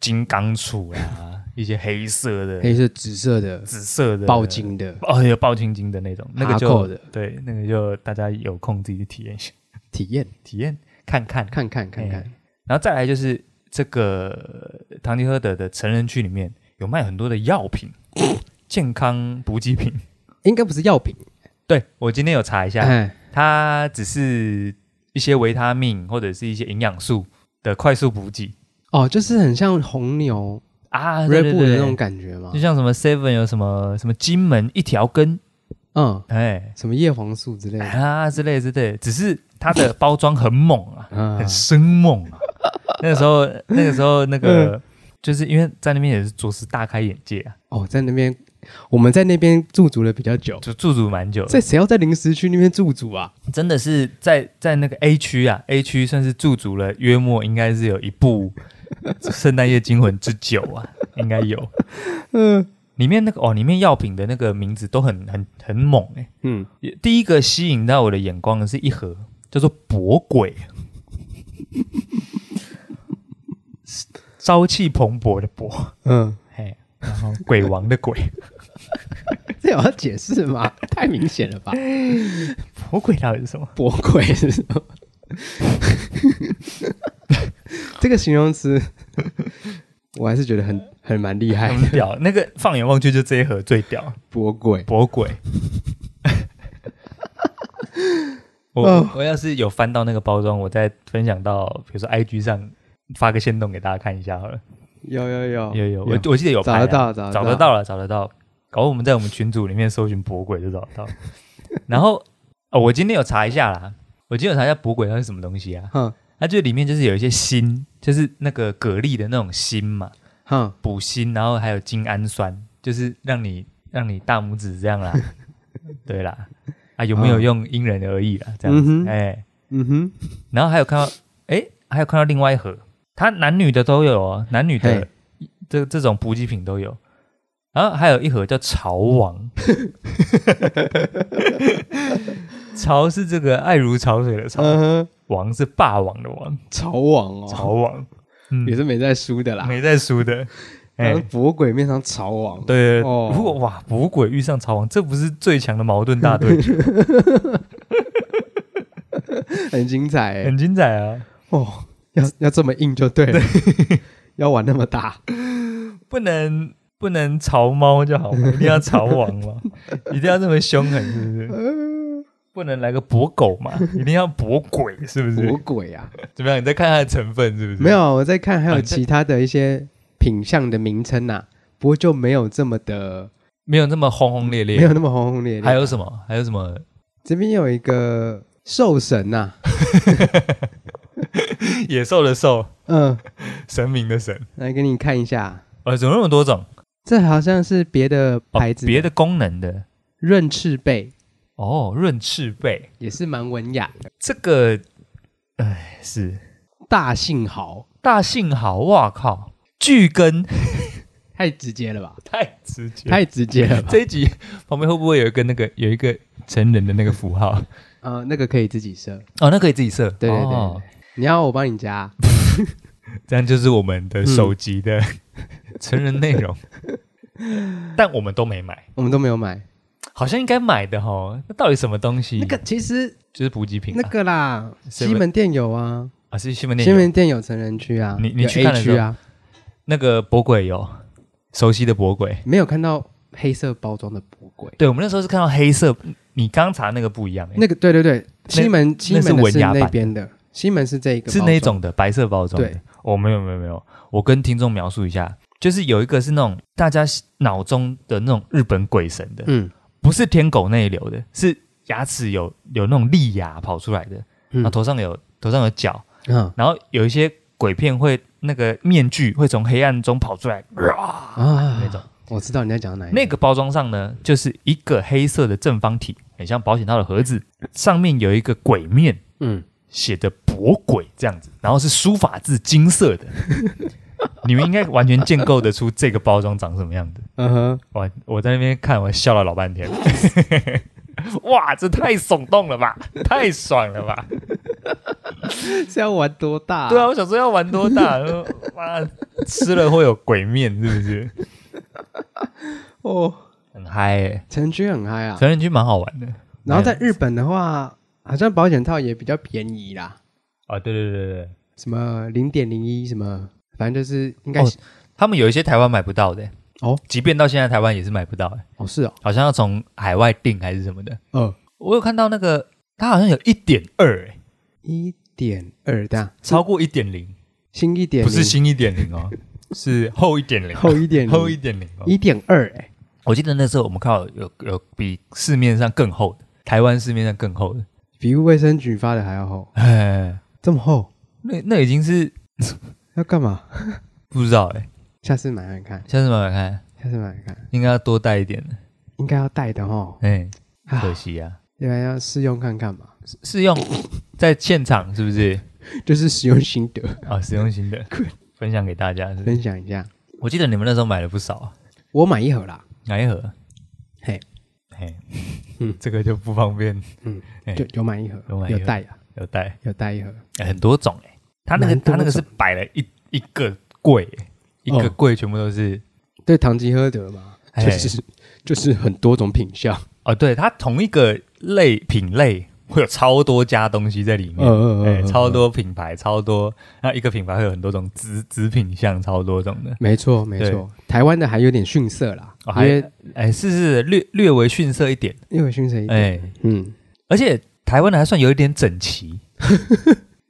金刚杵
*laughs*
啦，一些黑色的、
那是紫色的、
紫色的
爆金的、
哦，有爆青筋的那种，那个
哈
就
扣的
对，那个就大家有空自己去体验一下，
体验，
体验看看。
看看看看。
然后再来就是这个呃唐吉诃德的成人区里面有卖很多的药品、健康补给品。
应该不是药品，
对我今天有查一下，
哎，
它只是一些维他命或者是一些营养素的快速补给
哦，就是很像红牛、
啊，对
Red
对
Bull 的那种
对，
感觉嘛
就。像什么 Seven 有什么什么金门一条根，
嗯，
哎
什么叶黄素之类的，
啊之类之类，只是它的包装很猛啊。 *laughs*
嗯
很生猛
*laughs*
啊。那个时候，那个时候，那个、
嗯
就是因为在那边也是着实大开眼界啊，
哦，在那边我们在那边驻足了比较久，
就驻足蛮久的，
这谁要在零食区那边驻足啊？
真的是在在那个 A 区啊，A 区算是驻足了约莫应该是有一 *laughs* 部《圣诞夜惊魂》之久啊，应该有。
嗯
里面那个哦，里面药品的那个名字都很很很猛哎、
嗯，
第一个吸引到我的眼光的是一盒叫做“博鬼”， *laughs* 朝气蓬勃的“博”，
嗯，
嘿，然后鬼王的 *laughs* 鬼，
这有要解
*laughs*
释吗？太明显了吧？
魔鬼到底是什么？
博鬼是什
*laughs*
么？这个形容词，我还是觉得很很蛮厉害
很
的。
屌，那个放眼望去就这一盒最屌，
博鬼，
魔 *laughs* 鬼。我、
哦
我要是有翻到那个包装，我再分享到比如说 IG 上发个线动给大家看一下好了。
有有有
哦有有，我我记得有拍
找
啊
得到，找
找得，到了，找得到。搞不好我们在我们群组里面搜寻博鬼就找得 *laughs* 到。然后哦，我今天有查一下啦，我今天有查一下博鬼它是什么东西啊？
哼
它就里面就是有一些锌，就是那个蛤蜊的那种锌嘛。
哼，
补锌，然后还有精氨酸，就是让你让你大拇指这样
*laughs*
啦，对啦，啊有没有用因人而异啦，这样
嗯
子，
哼
哎、
嗯哼，
然后还有看到，哎，还有看到另外一盒，它男女的都有哦，男女的
嘿
这这种补给品都有，然后还有一盒叫潮王，
*laughs*
潮是这个爱如潮水的潮，
嗯哼，
王是霸王的王，
潮王
潮
哦，
王，嗯
也，是没在输的啦。
没在输的，哎、
然后博鬼面上潮王，
对，
哦
如果哇，捕鬼遇上朝王，这不是最强的矛盾
*laughs*
大对决，
很精彩欸
很精彩啊！
哦，要要这么硬就对了， *laughs* 要玩那么大，
不能不能朝猫就好吗？一定要朝王
*laughs*
吗？一定要这么凶狠是不是？不能来个搏狗嘛？一定要搏鬼是不
魔
是？
鬼啊！
怎么样？你再看它的成分是不是？
没有，我在看还
啊
有
你在
其他的一些品相的名称呐、不过就没有这么的，
没有那么轰轰烈
没
烈
有。那么轰轰烈烈。
还有什么？还有什么？
这边有一个兽神啊呐、
野兽的兽，
嗯，
神明的神，
来给你看一下，
呃，怎么那么多种？
这好像是别的
哦
牌子，
别的功能的
润赤贝
哦，润赤贝
也是蛮文雅的，
这个，哎，是
大幸豪
大幸好，哇靠！巨根
太直接了吧，
太直接了，
*laughs* 太直接了吧，
这一集旁边会不会有一个那个有一个成人的那个符号？
*laughs* 呃，那个可以自己设，
哦，那可以自己设。
对对对
哦
你要我帮你加？
这样就是我们的首集的、
嗯
*laughs* 成人内
*laughs*
容，但我们都没买，
我们都没有买。
好像应该买的哈。那到底什么东西？
那个其实
就是补给品、啊，
那个啦，
7-Eleven
西门店有啊，
啊是西门
西
店有
门店有成人区啊，
你你
有
去
A
看的时候
区啊，
那个博鬼有熟悉的博鬼，
没有看到黑色包装的博柜。
对我们那时候是看到黑色，你刚查那个不一样、欸，
那个对对对，西门西门的
文
是
雅版
那边的，西门是这一个
是
包
那
装
种的白色包装的。
对
哦，没有没有没有，我跟听众描述一下，就是有一个是那种大家脑中的那种日本鬼神的，
嗯
不是天狗那一流的，是牙齿有有那种利牙跑出来的，然后
嗯
头上有头上有角，
嗯
然后有一些鬼片会那个面具会从黑暗中跑出来，啊
啊
那种。
我知道你在讲哪一
那个包装上呢，就是一个黑色的正方体，很像保险套的盒子，上面有一个鬼面，
嗯
写的“博鬼”这样子，然后是书法字金色的， *laughs* 你们应该完全建构得出这个包装长什么样子。
嗯哼，
哇，我在那边看，我笑了老半天。 *laughs* 哇，这太耸动了吧，太爽了吧！
是要玩多大？
对啊，，我想说要玩多大？ *laughs* 说哇，吃了会有鬼面是不是？
哦，
很嗨、欸，
成人区很嗨啊。
成人区蛮好玩的。
然后在日本的话，好像保险套也比较便宜啦，
啊，对对对对，
什么零点零一什么，反正就是应该
哦他们有一些台湾买不到的、
哦
即便到现在台湾也是买不到、欸，
哦是哦，
好像要从海外订还是什么的。
嗯，
我有看到那个，它好像有一点二，哎，
一点二这样，
超过一点零，
新一点
不是新一点零哦，是后一点零，
后一点
后一点零哦。
一点二哎，
我记得那时候我们看到有有比市面上更厚的，台湾市面上更厚的，
比卫生局发的还要厚，
哎，
这么厚
那那已经是
要干嘛？
不知道哎，
下次买买看，
下次买买看，
下次买买看，
应该要多带一点的，
应该要带的哦，
哎，
啊
可惜啊，
要不然要试用看看嘛， *laughs*
试试用在现场是不是？
就是使用心得
啊，实用型的，分享给大家是不是。
分享一下。
我记得你们那时候买了不少啊，
我买一盒啦，
哪一盒？
嘿，
嘿
嗯，
*laughs* 这个就不方便
嗯
哎，
就有买一盒
有，买一盒
有带啊，
有带。
有带一盒，
欸很多种哎、欸，他那个
蛮多
他那个是
种哦
摆了一一个柜欸、一个柜全部都是
对，堂吉诃德嘛，
哎
就是就是很多种品相，
哦对，它同一个类品类会有超多家东西在里面，
嗯嗯嗯
哎
嗯
超多品牌，超多，那一个品牌会有很多种子子品相，超多种 *laughs* 的，
没错没
对
错。台湾的还有点逊色啦，
哦、
因为
还哎是是略略微逊色一点，
因为逊色一
哎、
点，嗯，
而且台湾的还算有一点整齐，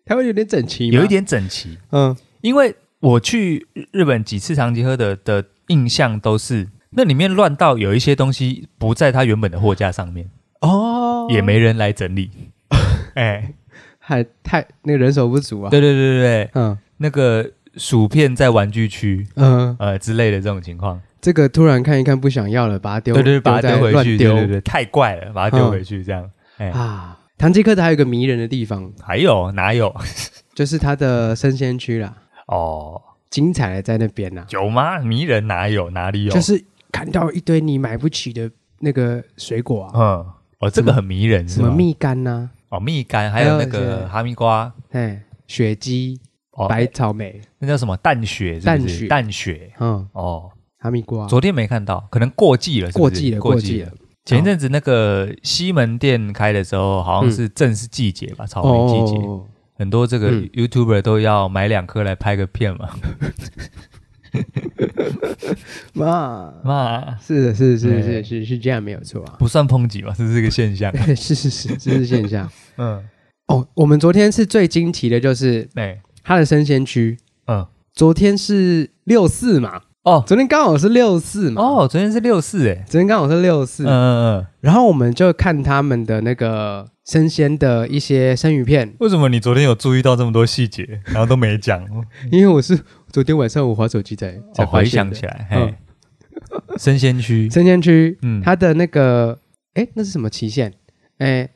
台湾有点整齐，
有一，点整齐，
嗯
因为我去日日本几次长期喝的的印象都是，那里面乱到有一些东西不在它原本的货架上面，
哦
也没人来整理。哎，
还太那个人手不足啊，
对对对对对，
嗯
那个薯片在玩具区
嗯，
呃之类的这种情况，
这个突然看一看不想要了，把它丢，
对对，对把它
在
丢回
乱
去，对
丢
对对，太怪了，把它丢回去这样。哎，
啊。堂吉诃德还有一个迷人的地方，
还有哪有？
就是它的生鲜区啦，
哦，
精彩的在那边啦，
有吗？迷人哪有？哪里有？
就是看到一堆你买不起的那个水果啊，
嗯，哦，这个很迷人，是
什
吗
么蜜柑呐、
哦蜜柑，还有那
还有一些
个哈密瓜，
哎，雪姬、
哦，
白草莓，
那叫什么淡雪是不是？
淡雪
淡雪
嗯，
哦，
哈密瓜，啊
昨天没看到，可能过季了是不
过
是，
季了，
过
过
季
季
了
了。。
前一阵子那个西门店开的时候，好像是正是季节吧，草莓季节，
嗯哦，
很多这个
嗯
YouTuber 都要买两颗来拍个片嘛。
哇，
那
是的，是的是的
哎
是的是的是这样没有错 *laughs* 啊，
不算抨击嘛，是这个现
*laughs*
象。
是是是这是现象。
嗯，
*laughs* 哦，我们昨天是最惊奇的就是
对，
它的生鲜区，
嗯，
昨天是六四嘛，
哦
昨天刚好是六四嘛，
哦，昨天是六四哎，
昨天刚好是六
嗯
四，
嗯嗯，
然后我们就看他们的那个生鲜的一些生鱼片，
为什么你昨天有注意到这么多细节，然后都没讲？
因为我是昨天晚上我滑手机才才
我回
发现
想
的嗯
起来，嘿，生鲜区，
生鲜区，
嗯，
它的那个，哎，那是什么期限？哎，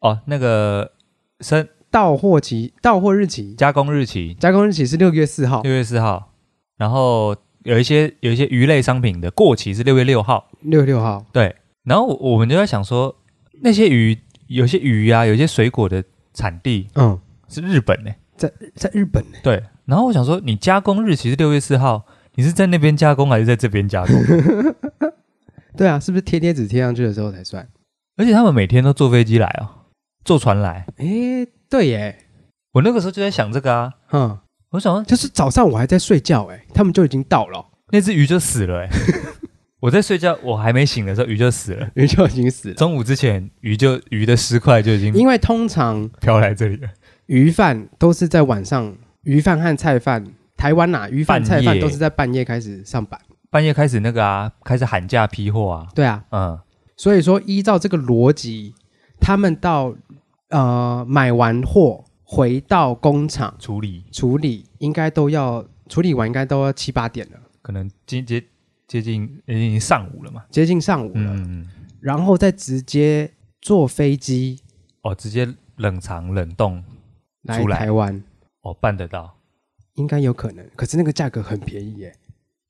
哦，那个生
到货期、到货日期、
加工日期
加工日期是六月四号，
六月四号，然后有一些有一些鱼类商品的过期是六月六号，
六月六号。
对。然后我我们就在想说，那些鱼有些鱼啊，有些水果的产地
嗯，
是日本呢、
在在日本呢、
对，然后我想说，你加工日期是六月四号，你是在那边加工还是在这边加工？ *laughs*
对啊，是不是贴贴纸贴上去的时候才算？
而且他们每天都坐飞机来哦，坐船来。
诶，对耶，
我那个时候就在想这个啊，
嗯，
我想说
就是早上我还在睡觉，哎，他们就已经到了哦，
那只鱼就死了、欸， *laughs* 我在睡觉，我还没醒的时候鱼就死了。
因为 *laughs* 就已经死了。
中午之前，鱼就鱼的尸块就已经
因为通常
飘来这里了。
鱼饭都是在晚上，鱼饭和菜饭，台湾呐、鱼饭、
半
菜
夜
饭都是在半夜开始上板。
半夜开始那个啊，开始喊价批货啊，
对啊，
嗯，
所以说依照这个逻辑，他们到呃买完货回到工厂
处理
处理，应该都要处理完，应该都要七八点了，
可能接接接近已经上午了嘛，
接近上午了，
嗯，
然后再直接坐飞机
哦，直接冷藏冷冻
来
出来
台湾，
哦，办得到。
应该有可能。可是那个价格很便宜耶，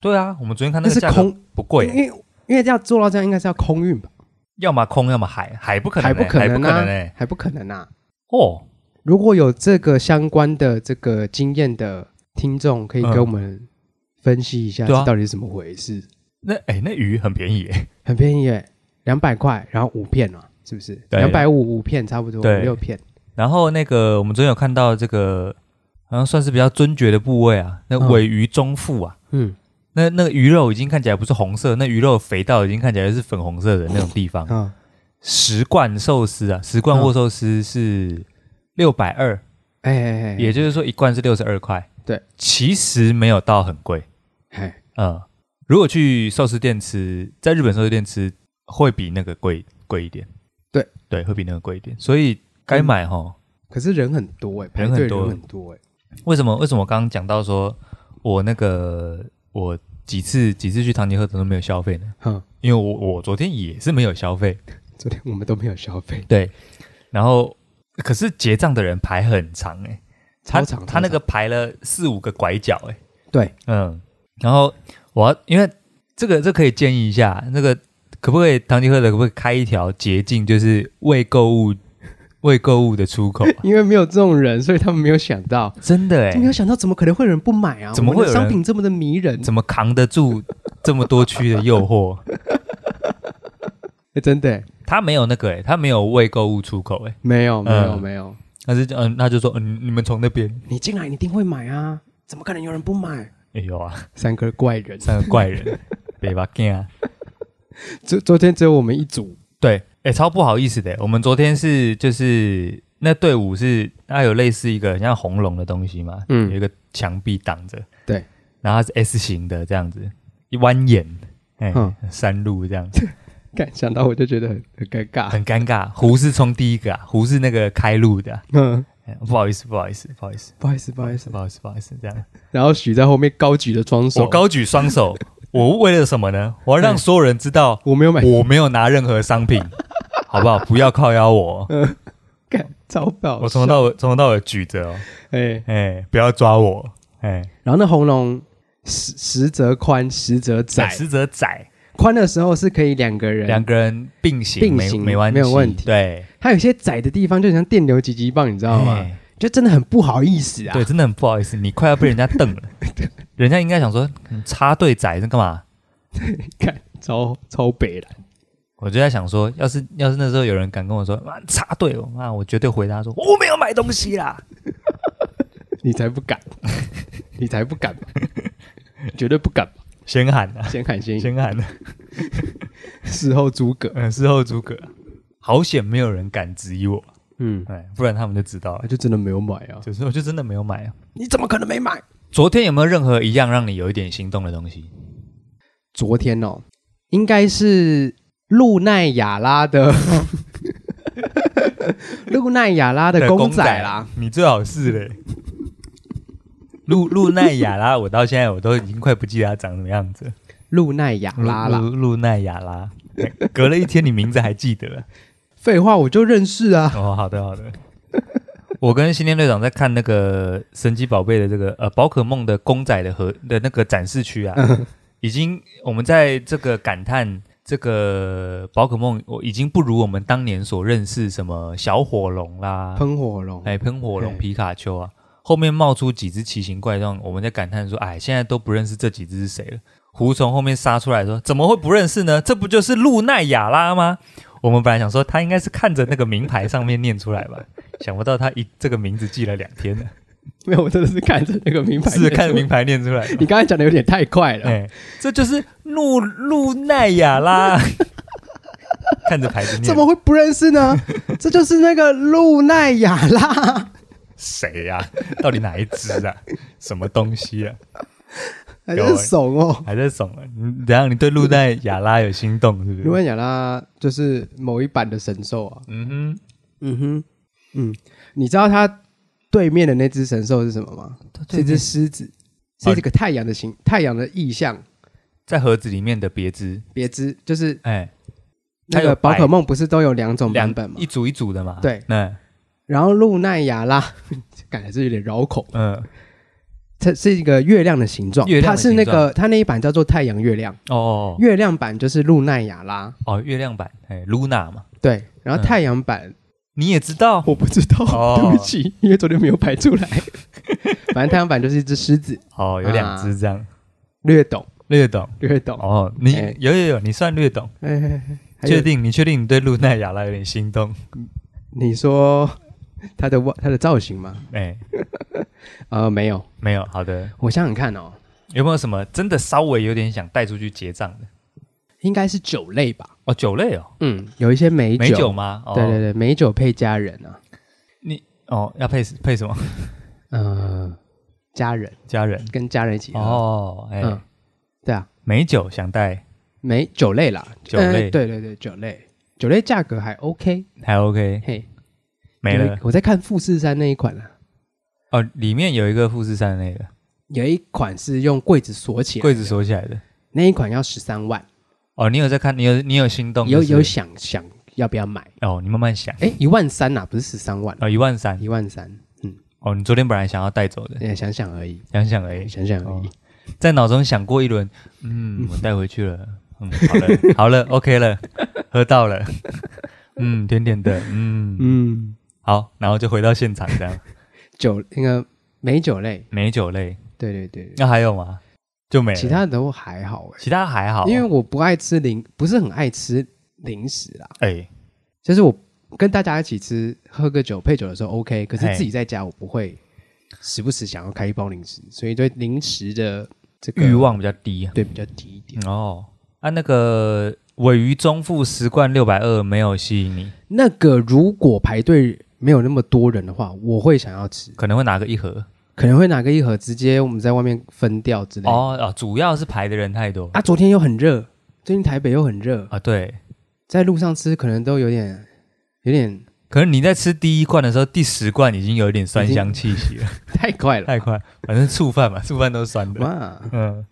对啊，我们昨天看那个
那是
价格
空，
不贵
因
欸，
为因为要做到这样，应该是要空运吧？
要么空，要么海，海不可能
还
欸，
不可
海
能
不可
啊
能欸，
还不可能啊！
哦，
如果有这个相关的这个经验的听众，可以
嗯
给我们分析一下，
对
这
啊
到底是怎么回事？
那哎，那鱼很便宜欸， *laughs*
很便宜耶，两百块，然后五片啊，是不是？
对
两百五五片差不多，
对
五六片。
然后那个我们昨天有看到这个，好像算是比较尊爵的部位啊，那
嗯
尾鱼中腹啊，
嗯
那那个鱼肉已经看起来不是红色，那鱼肉肥到已经看起来是粉红色的那种地方。
啊，
十罐寿司啊，十
嗯
罐握寿司是六百二，
哎哎哎，
也就是说一罐是六十二块。
对，
其实没有到很贵，
哎，
嗯，如果去寿司店吃，在日本寿司店吃会比那个贵贵一点。
对
对，会比那个贵一点，所以该买哈。
可是人很多哎，排
人
队
很多
人很多哎，
为什么？为什么我刚刚讲到说我那个我几次几次去唐吉诃德都没有消费呢？
哈，
因为我我昨天也是没有消费，
昨天我们都没有消费，
对。然后可是结账的人排很长哎、他
超长
他那
超
个排了四五个拐角哎、
对，
嗯。然后我要因为这个这可以建议一下，那个可不可以唐吉诃德可不可以开一条捷径，就是未购物 *laughs* 未购物的出口、
*laughs*？
啊
因为没有这种人，所以他们没有想到，
真的哎、
没有想到怎么可能会有人不买啊？
怎么会有
我们的
人
商品这么的迷人？
怎么扛得住这么多区的诱惑？ *laughs*
哎真的哎
他没有那个、欸，他没有未购物出口、欸，哎，
没有没有
嗯
没有，
他是嗯，他就说嗯，你们从那边
你进来你一定会买啊，怎么可能有人不买？
也、有啊，
三个怪人，
三个怪
*laughs*
人，别吧干啊，
昨昨天只有我们一组，
对，哎、超不好意思的欸、我们昨天是就是那队伍是它有类似一个很像红龙的东西嘛，
嗯
有一个墙壁挡着，
对，
然后它是 S 型的这样子，一蜿蜒，哎、
嗯
山路
*laughs*
这样，
感想到我就觉得很很尴尬，
很尴尬。胡是冲第一个啊，胡是那个开路的啊、
嗯，
哎不好意思，不好意思，不好意思，
不好意思不好意思
不，好意思，不好意思，这样。
然后许在后面高举着双手，
我高举双手，我为了什么呢？我要让所有人知道
我没有买，
我没有拿任何商品，好不好？不要靠腰我，哦
嗯干糟爆，
我从头到尾从头到尾举着哦，
哎，
哎、不要抓我，哎、
然后那红龙十十则宽，十则窄，
哎死者窄，
宽的时候是可以两个人，
两个人并行，
并行
没没关系
没有问题
对，
它有些窄的地方就很像电流急急棒，你知道吗？
哎
就真的很不好意思啊，
对，，真的很不好意思，你快要被人家
*laughs*
瞪了，人家应该想说嗯插队窄是干嘛？
看超超北了，
我就在想说，要是要是那时候有人敢跟我说妈插队哦，妈我绝对回答说我没有买东西啦，
你才不 *laughs* 敢，你才不敢吧，绝对不敢吧，
先喊啊，
先喊先
*laughs*
赢，
先喊啊。
事后诸葛，
嗯，事后诸葛，好险没有人敢质疑我，
嗯，
哎，不然他们就知道了
他。就真的没有买啊，
就是我就真的没有买啊。
你怎么可能没买？
昨天有没有任何一样让你有一点心动的东西？
昨天哦，应该是露奈亚拉 *laughs* 的露奈亚拉的公仔啦，，
你最好是
*laughs*
嘞。露露奈亚拉，我到现在我都已经快不记得它长什么样子了。
露奈亚拉
露
啦。
露露奈亚拉，哎 *laughs* 隔了一天，你名字还记得？
废话，我就认识啊。
哦，好的好
*laughs*
的。我跟新天队长在看那个神奇宝贝的这个呃宝可梦的公仔的和的那个展示区啊，
嗯
已经我们在这个感叹这个宝可梦，我已经不如我们当年所认识什么小火龙啦，
喷火龙，
啊哎喷火龙、
哦嘿
皮卡丘啊，后面冒出几只奇形怪状，我们在感叹说：“哎，现在都不认识这几只是谁了。”狐从后面杀出来说：“怎么会不认识呢？这不就是露奈雅拉吗？”我们本来想说他应该是看着那个名牌上面念出
*laughs*
来吧，想不到他一这个名字记了两天呢，
没有，我真的是看着那个名牌，
是看着名。牌念出来的。
*laughs* 你刚才讲的有点太快了，
哎、这就是露露奈雅
*laughs*
拉，看着牌子念，
怎么会不认
*laughs*
识呢？这就是那个露奈雅拉。
啊谁呀、到底哪一只啊？什么东西啊？
还真怂哦。
*laughs* 还在怂啊？你等一下你对露奈雅拉有心动是不
卢
是？
安雅拉就是某一版的神兽啊。
嗯
嗯哼，嗯，你知道它对面的那只神兽是什么吗？
哼，
是一只狮子，是一个太阳的形，太阳的意象。
在盒子里面的别枝，
别枝就是
哎，它
那
有
个宝
白
可梦不是都有两种版
两
本吗
一？组一组的嘛。
对
嗯
然后露奈雅拉， *laughs* 感觉是有点绕口。
嗯，
它是一个月亮的形状，
月亮的
它是那
形状
个它那一版叫做太阳月亮，
哦哦
月亮版就是露奈雅拉，
哦，月亮版，哎，Luna 嘛，
对，然后
嗯
太阳版、
你也知道，
*laughs* 我不知道，
哦
对不起，因为昨天没有排出来。 *laughs* 反正太阳版就是一只狮子，
哦，有两只这样，
略懂
略懂。
略懂。
哦，你
啊哎
有有有，你算略懂，
哎哎，哎还有
确定？你确定你对露奈雅拉有点心动？
你说它的外它的造型吗？
哎，
呃，没有，
没有，好的，
我想想看哦，
有没有什么真的稍微有点想带出去结账的？
应该是酒类吧。
哦，酒类哦，
嗯，有一些美
美酒吗？哦、
对对对，美酒配家人啊，
哦，要配配什么？
呃，家人
家人
跟家人一起喝，
哦，哎、
嗯，对啊，
美酒想带
美酒类啦，
酒类
呃对对对，酒类，酒类价格还 OK，
还 OK，
嘿，
没
有
了
一。我在看富士山那一款啊，
哦，里面有一个富士山那个
有一款是用柜子锁起来，
柜子锁起来的。
那一款要十三万，
哦，你有在看？你有你有心动？
有
就是
有想想要不要买？
哦，你慢慢想。
哎，一万三呐，不是十三万，啊
哦，一万三。
一万三，嗯，
哦，你昨天本来想要带走的，
哎想想而已，
想想而已，
想想而已
哦，在脑中想过一轮。 *laughs* 嗯，我带回去了。嗯，好了，好了，OK *laughs* 了，喝到了。 *laughs* 嗯，甜甜的。嗯，
嗯，
好，然后就回到现场这样。 *laughs*
酒那个美酒类，
美酒类，
对对对，对
那还有吗？就没了。
其他的都还好哎，
其他还好，啊
因为我不爱吃零，不是很爱吃零食啦，
哎、
就是我跟大家一起吃喝个酒配酒的时候 OK，可是
嘿
自己在家我不会时不时想要开一包零食，所以对零食的这个
欲望比较低啊。
对比较低一点。
嗯哦，啊，那个尾鱼中腹十罐六百二没有吸引你，
那个如果排队没有那么多人的话，我会想要吃，
可能会拿个一盒。
可能会拿个一盒直接我们在外面分掉之类的。
哦哦，主要是排的人太多
啊，昨天又很热，最近台北又很热，
啊。对，
在路上吃可能都有点有点 *laughs*
可能你在吃第一罐的时候，第十罐已经有一点酸香气息
*laughs*
了，
太快
*laughs*
了。
太快。反正醋饭嘛，醋饭都是酸的。
哇，
嗯，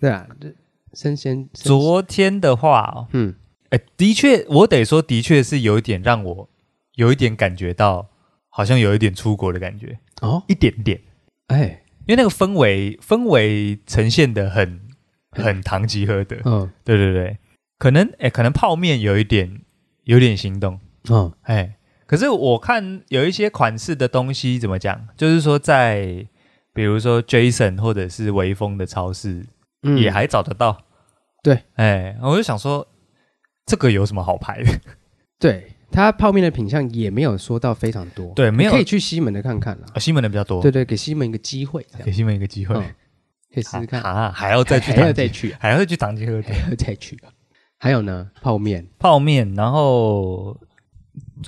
对啊，这生鲜生鲜
昨天的话、哦，
嗯
哎，的确，我得说，的确是有一点让我有一点感觉到，好像有一点出国的感觉，
哦
一点点。
哎
因为那个氛围氛围呈现的很很堂吉诃德，
嗯
对对对，可能哎可能泡面有一点有点心动，
嗯
哎，可是我看有一些款式的东西怎么讲，就是说在比如说 Jason 或者是微风的超市、
嗯
也还找得到，
对，
哎，我就想说这个有什么好
*laughs*
排的？
对，它泡面的品相也没有说到非常多，，
对，没有
可以去西门的看看啦。
哦西门的比较多，
对对，给西门一个机会，这样
给西门一个机会，
嗯可以试试看，
啊，还要再去
还要
堂
再
吉，
去啊， *laughs*
还要再去堂吉诃德。
还要再去啊。还有呢，泡面
泡面，然后，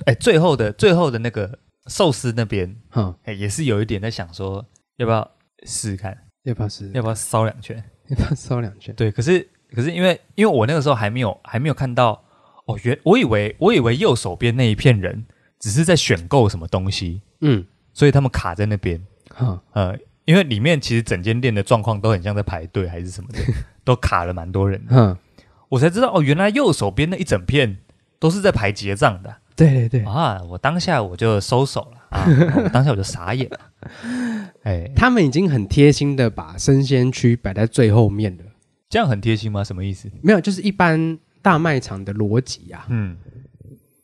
哎，最后的最后的那个寿司那边，
哈，
哎，也是有一点在想说，要不要试试看，
要不要吃？
要不要烧两圈？
要不要烧两圈？
对，可是可是因为因为我那个时候还没有还没有看到，哦，原我以为我以为右手边那一片人只是在选购什么东西，
嗯，
所以他们卡在那边，
哈，
呃，因为里面其实整间店的状况都很像在排队还是什么 *laughs* 的，都卡了蛮多人的，
哈，
我才知道哦，原来右手边那一整片都是在排结账的啊。
对对对，
啊，我当下我就收手了 *laughs* 啊，我当下我就傻眼了。哎，
他们已经很贴心的把生鲜区摆在最后面了，
这样很贴心吗？什么意思？
没有，就是一般大卖场的逻辑啊，
嗯，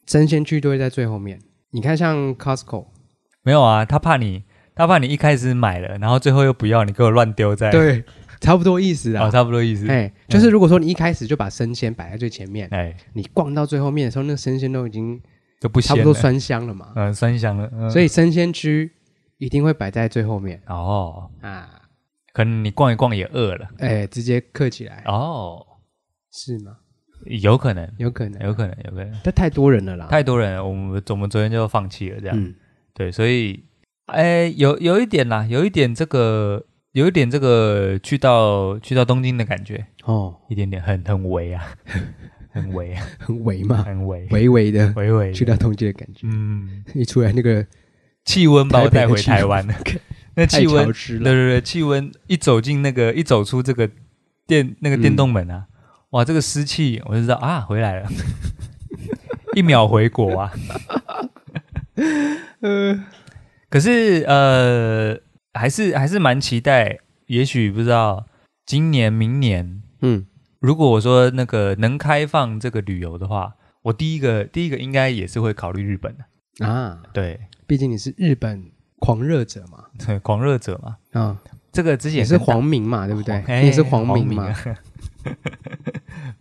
生鲜区都会在最后面。你看，像 Costco，
没有啊，他怕你，他怕你一开始买了，然后最后又不要，你给我乱丢在，
对，差不多意思
哦，
啊。
差不多意思。
哎，就是如果说你一开始就把生鲜摆在最前面，
哎，
你逛到最后面的时候，那个生鲜都已经
就不
差
鲜
不多
了，
酸香了嘛，
嗯，酸香了。嗯
所以生鲜区一定会摆在最后面
哦，
啊。
可能你逛一逛也饿了，
哎，直接刻起来
哦，
是吗？
有可能，
有可能，
有可能，有可能，
但太多人了啦。
太多人了，我们我们昨天就放弃了这样。
嗯，
对，所以，哎，有有一点啦，有一点这个，有一点这个去到去到东京的感觉，
哦，
一点点很很违啊， *laughs* 很违啊，
很唯嘛，
很违，
唯唯的
违违
去
的，
到东京的感觉，
嗯，
一出来那个
气温把我带回台湾那
太
*laughs* 气温
潮，湿
对
了，
对对，气温一走进那个一走出这个电那个电动门啊，哇，这个湿气我就知道啊，回来了， *laughs* 一秒回国啊。
呃，
可是呃，还是还是蛮期待，也许不知道今年明年，
嗯，
如果我说那个能开放这个旅游的话，我第一个第一个应该也是会考虑日本的，
啊，
对，
毕竟你是日本狂热者嘛，
*laughs* 狂热者嘛，
啊，
这个之前哦
也
也
是黄民嘛，对不对？你也
哎
是黄民嘛，
啊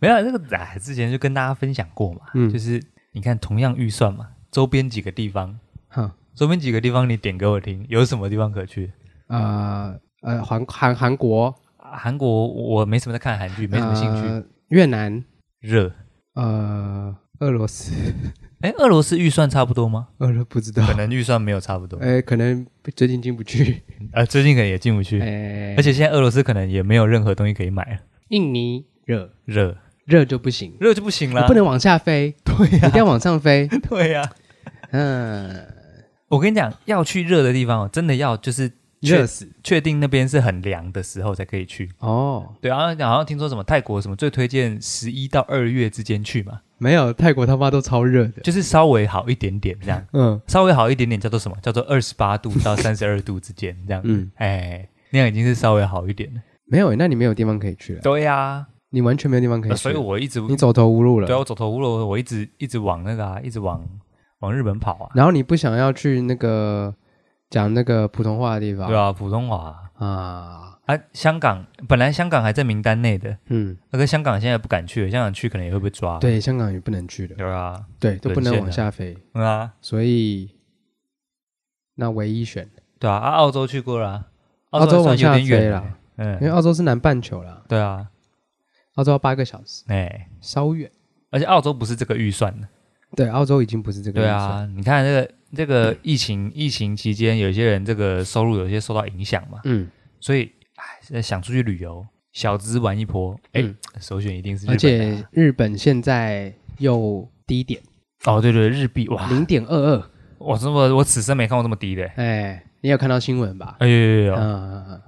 没有这个哎，之前就跟大家分享过嘛，
嗯
就是你看同样预算嘛，周边几个地方，
哈，
周边几个地方你点给我听，有什么地方可去？
呃呃，韩韩韩国，
啊韩国我没什么在看韩剧，没什么兴趣，
呃越南，
热。
呃，俄罗斯， *laughs*
哎，俄罗斯预算差不多吗？
俄罗不知道
可，能预算没有差不多，
呃，可能最近进
*laughs*
不去，
呃，最近可能也进不去，
哎，
而且现在俄罗斯可能也没有任何东西可以买了，
印尼热
热
热就不行，
热就不行
你
了，
不能往下飞，对呀，一定要往上飞，
*laughs* 对呀、
嗯，
我跟你讲，要去热的地方哦，真的要就是确
热死
确定那边是很凉的时候才可以去。
哦，
对，然后然后听说什么泰国什么最推荐十一到二月之间去嘛，
没有，泰国他妈都超热的，
就是稍微好一点点这
*laughs*
样，
嗯
稍微好一点点叫做什么？叫做二十八度到三十二度之间这样。
嗯，
哎，那样已经是稍微好一点了。
没有，那你没有地方可以去了，
对呀、
你完啊全没有地方可以去，
呃所以我一直
你走投无路了
对，啊我走投无路，我一直一直往那个啊，一直往往日本跑啊，
然后你不想要去那个讲那个普通话的地方，
对啊，普通话
啊，
啊，香港本来香港还在名单内的，
嗯，
那个香港现在不敢去了，香港去可能也会被抓。
对，香港也不能去的，
对啊，
对，都不能
沦陷
往
了
下飞，
嗯啊，
所以那唯一选
对啊，啊，澳洲去过了啊、
澳洲
还
往
算有
下
点
飞
远
啦，因为
嗯，
澳洲是南半球啦，
对啊，
澳洲要八个小时，
哎、
稍远。
而且澳洲不是这个预算的，
对，澳洲已经不是这个
对
意思了，
啊，你看这个这个疫
嗯
情疫情期间，有些人这个收入有些受到影响嘛，
嗯，
所以哎，想出去旅游，小资玩一波，哎、
嗯
首选一定是日
而
本的啊、
且日本现在又低点
哦，对对，日币哇，
零点二二，
我这么我此生没看过这么低的，
哎，你有看到新闻吧？
哎呦呦呦
嗯
呦，
嗯，嗯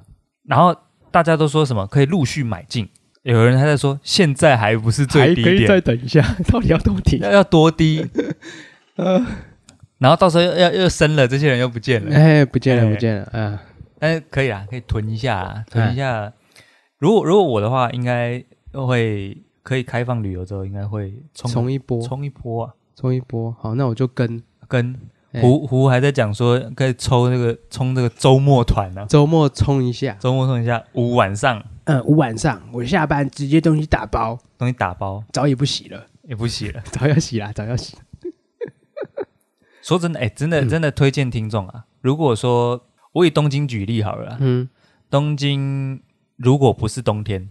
然后大家都说什么可以陆续买进，有人还在说现在还不是最
还
低
可以
点，
再等一下， *laughs* 到底要多低？
要要多低，
*laughs* 呃，
然后到时候要要又升了，这些人又不见了，
哎，不见了，
哎
不见了，啊，
但是哎可以啦，可以囤一下
哎
啦，囤一下。如果如果我的话，应该会可以开放旅游之后，应该会冲
冲一波，
冲一波啊，
冲一波，好，那我就跟
跟
哎
胡胡还在讲说可以抽那个冲这个周末团呢、啊， *laughs*
周末冲一下，
周末冲一下，五晚上
嗯，我晚上我下班直接东西打包，
东西打包
澡也不洗了， *laughs*
也不洗了。
澡要洗啦，澡要洗，
说真的，哎、真的
嗯
真的推荐听众啊！如果说我以东京举例好了啊、
嗯，
东京如果不是冬天，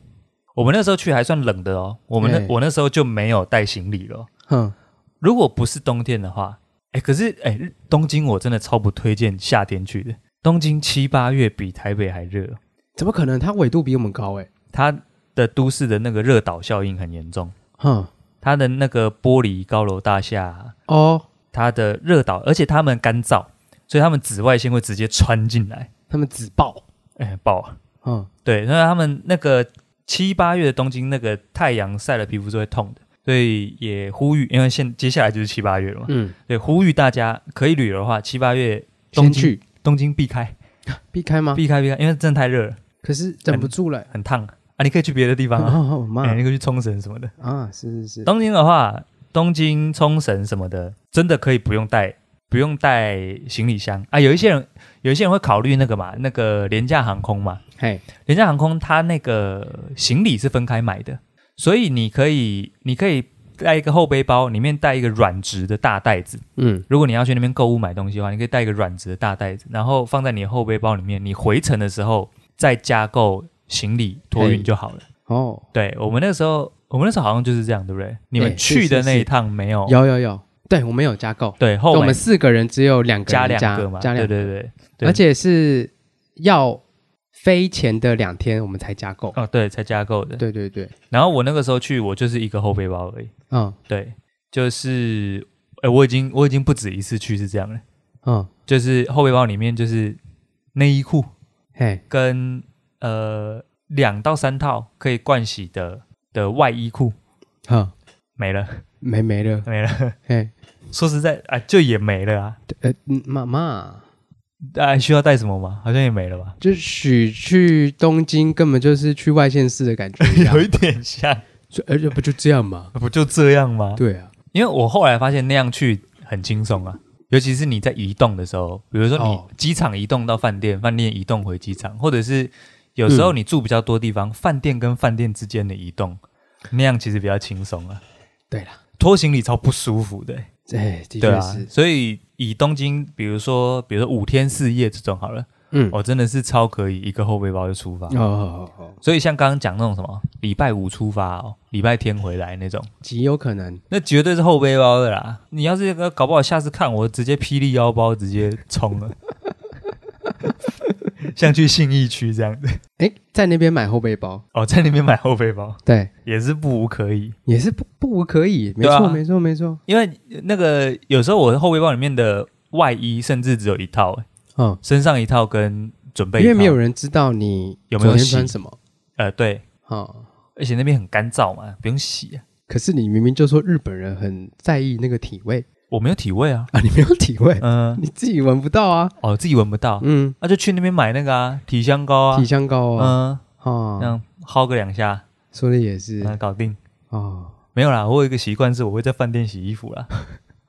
我们那时候去还算冷的哦，我们那、
哎
我那时候就没有带行李了哦。
哼，
如果不是冬天的话，哎、可是哎、日东京我真的超不推荐夏天去的。东京七八月比台北还热哦，
怎么可能？它纬度比我们高哎，
它的都市的那个热岛效应很严重，
哼，
它的那个玻璃高楼大厦，啊
哦，
它的热岛，而且它们干燥，所以它们紫外线会直接穿进来，
他们只爆，
哎、爆啊！
嗯，
对，那他们那个七八月的东京，那个太阳晒了皮肤是会痛的，所以也呼吁，因为现接下来就是七八月了嘛，
嗯，
对，呼吁大家可以旅游的话，七八月
先
东京
去
东京避开，
避开吗？
避开避开，因为真的太热了，
可是忍不住了，
很烫啊！你可以去别的地方啊，
*laughs* 哦，妈
哎、你哦可以去冲绳什么的。
啊，是是是，
东京的话，东京、冲绳什么的，真的可以不用带不用带行李箱啊。有一些人，有一些人会考虑那个嘛，那个廉价航空嘛，
嘿，
廉价航空它那个行李是分开买的，所以你可以，你可以带一个后背包，里面带一个软质的大袋子。
嗯，
如果你要去那边购物买东西的话，你可以带一个软质的大袋子，然后放在你的后背包里面，你回程的时候再加购行李托运就好了。
哦，
对我们那时候，我们那时候好像就是这样，对不对？你
哎
们去的
是是
那
是
一趟没有？
有有有，对我们有加购，
对，后
我
门
们四个人只有两个
加
人
两个嘛，
加两
对
个，
对对，对
而且是要飞前的两天我们才加购。
哦对，才加购的。
对对对，
然后我那个时候去，我就是一个后背包而已。
嗯
对，就是，哎，我已经我已经不止一次去是这样了，
嗯，
就是后背包里面就是内衣裤
嘿，
跟呃两到三套可以盥洗的的外衣裤
好，
没了 *laughs*
没没了，
没了。
嘿，
说实在啊，就也没了啊，
呃，嗯妈妈，
啊需要带什么吗？好像也没了吧，
就许去东京根本就是去外县市的感觉一样
*laughs* *laughs* 有，一点像，
所以而呃且不就这样嘛？
不就这样吗？
对啊，
因为我后来发现那样去很轻松啊，尤其是你在移动的时候，比如说
哦
你机场移动到饭店，饭店移动回机场，或者是有时候你住比较多地方，饭店跟饭店之间的移动，那样其实比较轻松啊。
对啦，
拖行李超不舒服的欸、
哎，的
对
确
啊
是，，
所以以东京，比如说比如说五天四夜这种好了，
嗯，
我、真的是超可以一个后背包就出发。
哦哦哦哦，
所以像刚刚讲那种什么礼拜五出发哦，礼拜天回来那种，
极有可能，
那绝对是后背包的啦！你要是呃搞不好下次看我直接霹雳腰包直接冲了， *laughs* 像去信义区这样子
哎，在那边买后背包，
哦，在那边买后背包
对，
也是不无可以，
也是不不无可以，没
对啊
错没错没错，
因为那个有时候我的后背包里面的外衣甚至只有一套、欸
嗯，
身上一套跟准备一
因
套，
为没有人知道你
有没有
昨天
洗
穿什么，
呃对，
哦，
而且那边很干燥嘛，不用洗、啊，
可是你明明就说日本人很在意那个体味
我没有体味啊，
啊，你没有体味，
嗯、
你自己闻不到啊，
哦自己闻不到，那、
嗯，
就去那边买那个啊体香膏啊
体，香膏
嗯、
啊，哦
这，样薅个两下，
说的也是
嗯搞定。
哦
没有啦，我有一个习惯是我会在饭店洗衣服啦。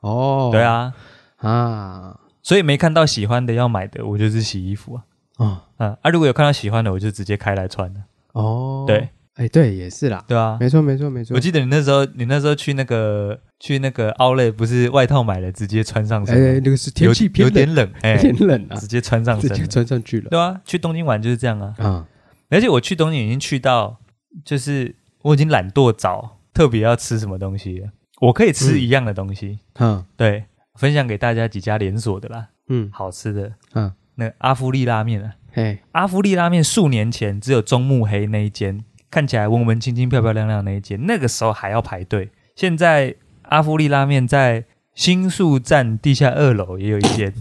哦，
对啊，
啊
所以没看到喜欢的要买的，我就是洗衣服啊。
哦
嗯啊，如果有看到喜欢的，我就直接开来穿了。
哦，
对，
哎对也是啦，
对啊，
没错没错没错
我，记得你那时候，你那时候去那个去那个奥莱，不是外套买了直接穿上身
哎
了，
那个是
有
天气
有点
偏冷，
冷，哎
*laughs* 有，点冷啊
直，接穿上
直
身
接
了。
穿上去了
对啊，去东京玩就是这样啊。
啊，
而且我去东京已经去到，就是我已经懒惰找特别要吃什么东西了，我可以吃
嗯
一样的东西。
嗯
对，分享给大家几家连锁的啦。
嗯
好吃的，
嗯，
那阿芙利拉面啊，
嘿
阿芙利拉面数年前只有中目黑那一间，看起来文文青青、漂漂亮亮那一间，那个时候还要排队。现在阿芙利拉面在新宿站地下二楼也有一
*coughs*
间，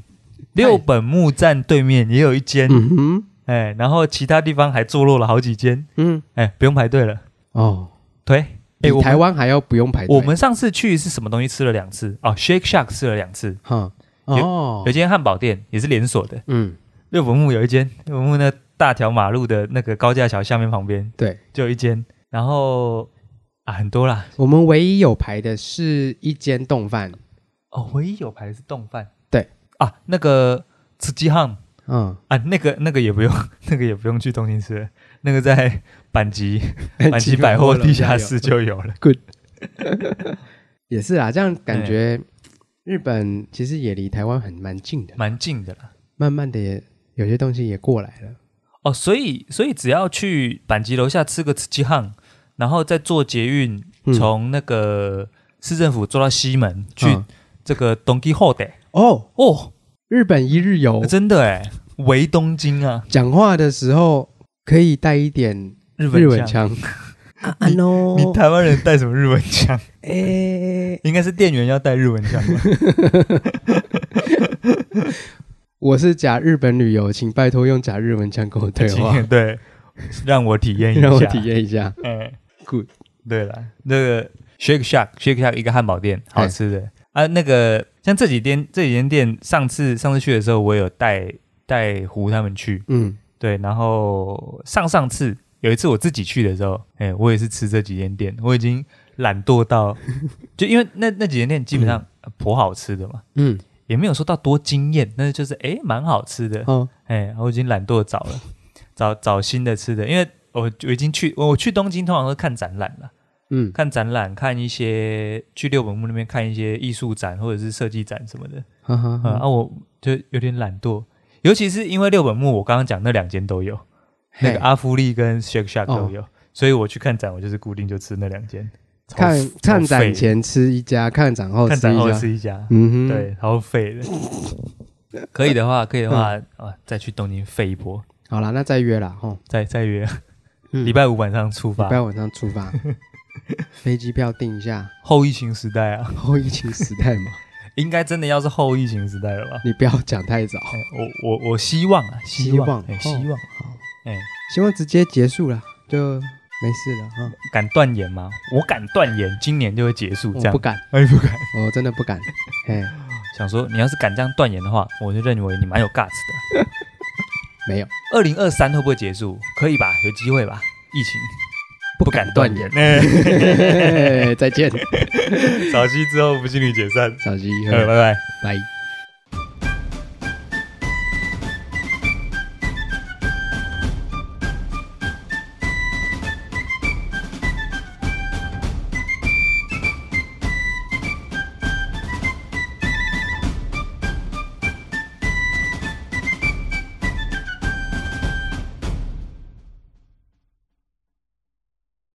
六本木站对面也有一间，
嗯哼
哎，然后其他地方还坐落了好几间，
嗯
哎，不用排队了，
哦。
推。哎，
比
我
台
们
湾还要不用排队。
我们上次去是什么东西吃了两次？哦，Shake Shack 吃了两次，
哈哦
有，间汉堡店也是连锁的，
嗯，
六本木有一间，六本木那大条马路的那个高架桥下面旁边
对，
就有一间，然后啊很多啦。
我们唯一有排的是一间冻饭，
哦，唯一有牌是冻饭，
对
啊，那个吃鸡汉 *laughs*
嗯，
啊，那个那个也不用， *laughs* 那个也不用去东京吃了，那个在阪 *laughs* 急阪急百货地下室就有了。
也是啦。这样感觉日本其实也离台湾很蛮近的，
蛮近的啦。
慢慢的也有些东西也过来了。
哦，所以所以只要去阪急楼下吃个吃鸡汉，然后再坐捷运
嗯
从那个市政府坐到西门去
嗯
这个东京后的
哦，
哦。
日本一日游，
真的哎，围东京啊，
讲话的时候可以带一点
日
日
本
文
腔。
腔。 *laughs* 啊喏
你台湾人带什么日文腔？
诶，
应该是店员要带日文腔吧？
我是假日本旅游，请拜托用假日文腔跟我 *laughs* 对话，
对，让我体验一下。
*laughs* 让我体。验一下。
哎
Good
对了，那个 Shake Shack Shake Shack 一个汉堡店，好吃的啊。那个像这几天这几间店，上次上次去的时候，我有带带胡他们去。
嗯，
对，然后上上次有一次我自己去的时候，哎，我也是吃这几间店，我已 *laughs* *laughs* 经懒惰到，就因为那那几间店基本上颇好吃的嘛。
嗯
也没有说到多惊艳，但是就是哎蛮好吃的，
嗯，
哎，我已经懒惰找了，找找新的吃的，因为我我已经去我去东京通常都看展览了，
嗯，
看展览，看一些去六本木那边看一些艺术展或者是设计展什么的，
哈哈
嗯、
哈，
啊，我就有点懒惰，尤其是因为六本木我刚刚讲那两间都有，那个
嘿
阿芙丽跟 Shake Shack
哦
都有，所以我去看展我就是固定就吃那两间，超
看
超
看
废
展
的
前吃一家，看展后
看
吃
展
一
后
家，
吃一家，
嗯哼，
对，，超废的。 *laughs* 可以的话，可以的话、
嗯
啊，再去东京废一波，
好啦，那再约啦，吼，
再再约，
嗯
礼拜五晚啊上出
礼
发。
拜晚上
*laughs*
出发，飞机票订一下，
后疫情时代啊，
后疫情时代嘛， *laughs*
应该真的要是后疫情时代了吧？
你不要讲太早，
哎我我我希望啊，希
希
望
望
哎
哦
希望
好，
哎，
希望直接结束了，就没事了哈，
敢断言吗？我敢断言，今年就会结束这
我
样
哦不。敢，
哎，不敢。
我真的不敢，嘿，
*laughs* 想说，你要是敢这样断言的话，我就认为你蛮有 guts 的。
没
*laughs*
有，
二零二三会不会结束？可以吧？有机会吧？疫情不敢断言。 *laughs*
言，再见，
早期之后不信你解散， *laughs*
小鸡，
呃拜拜。
拜。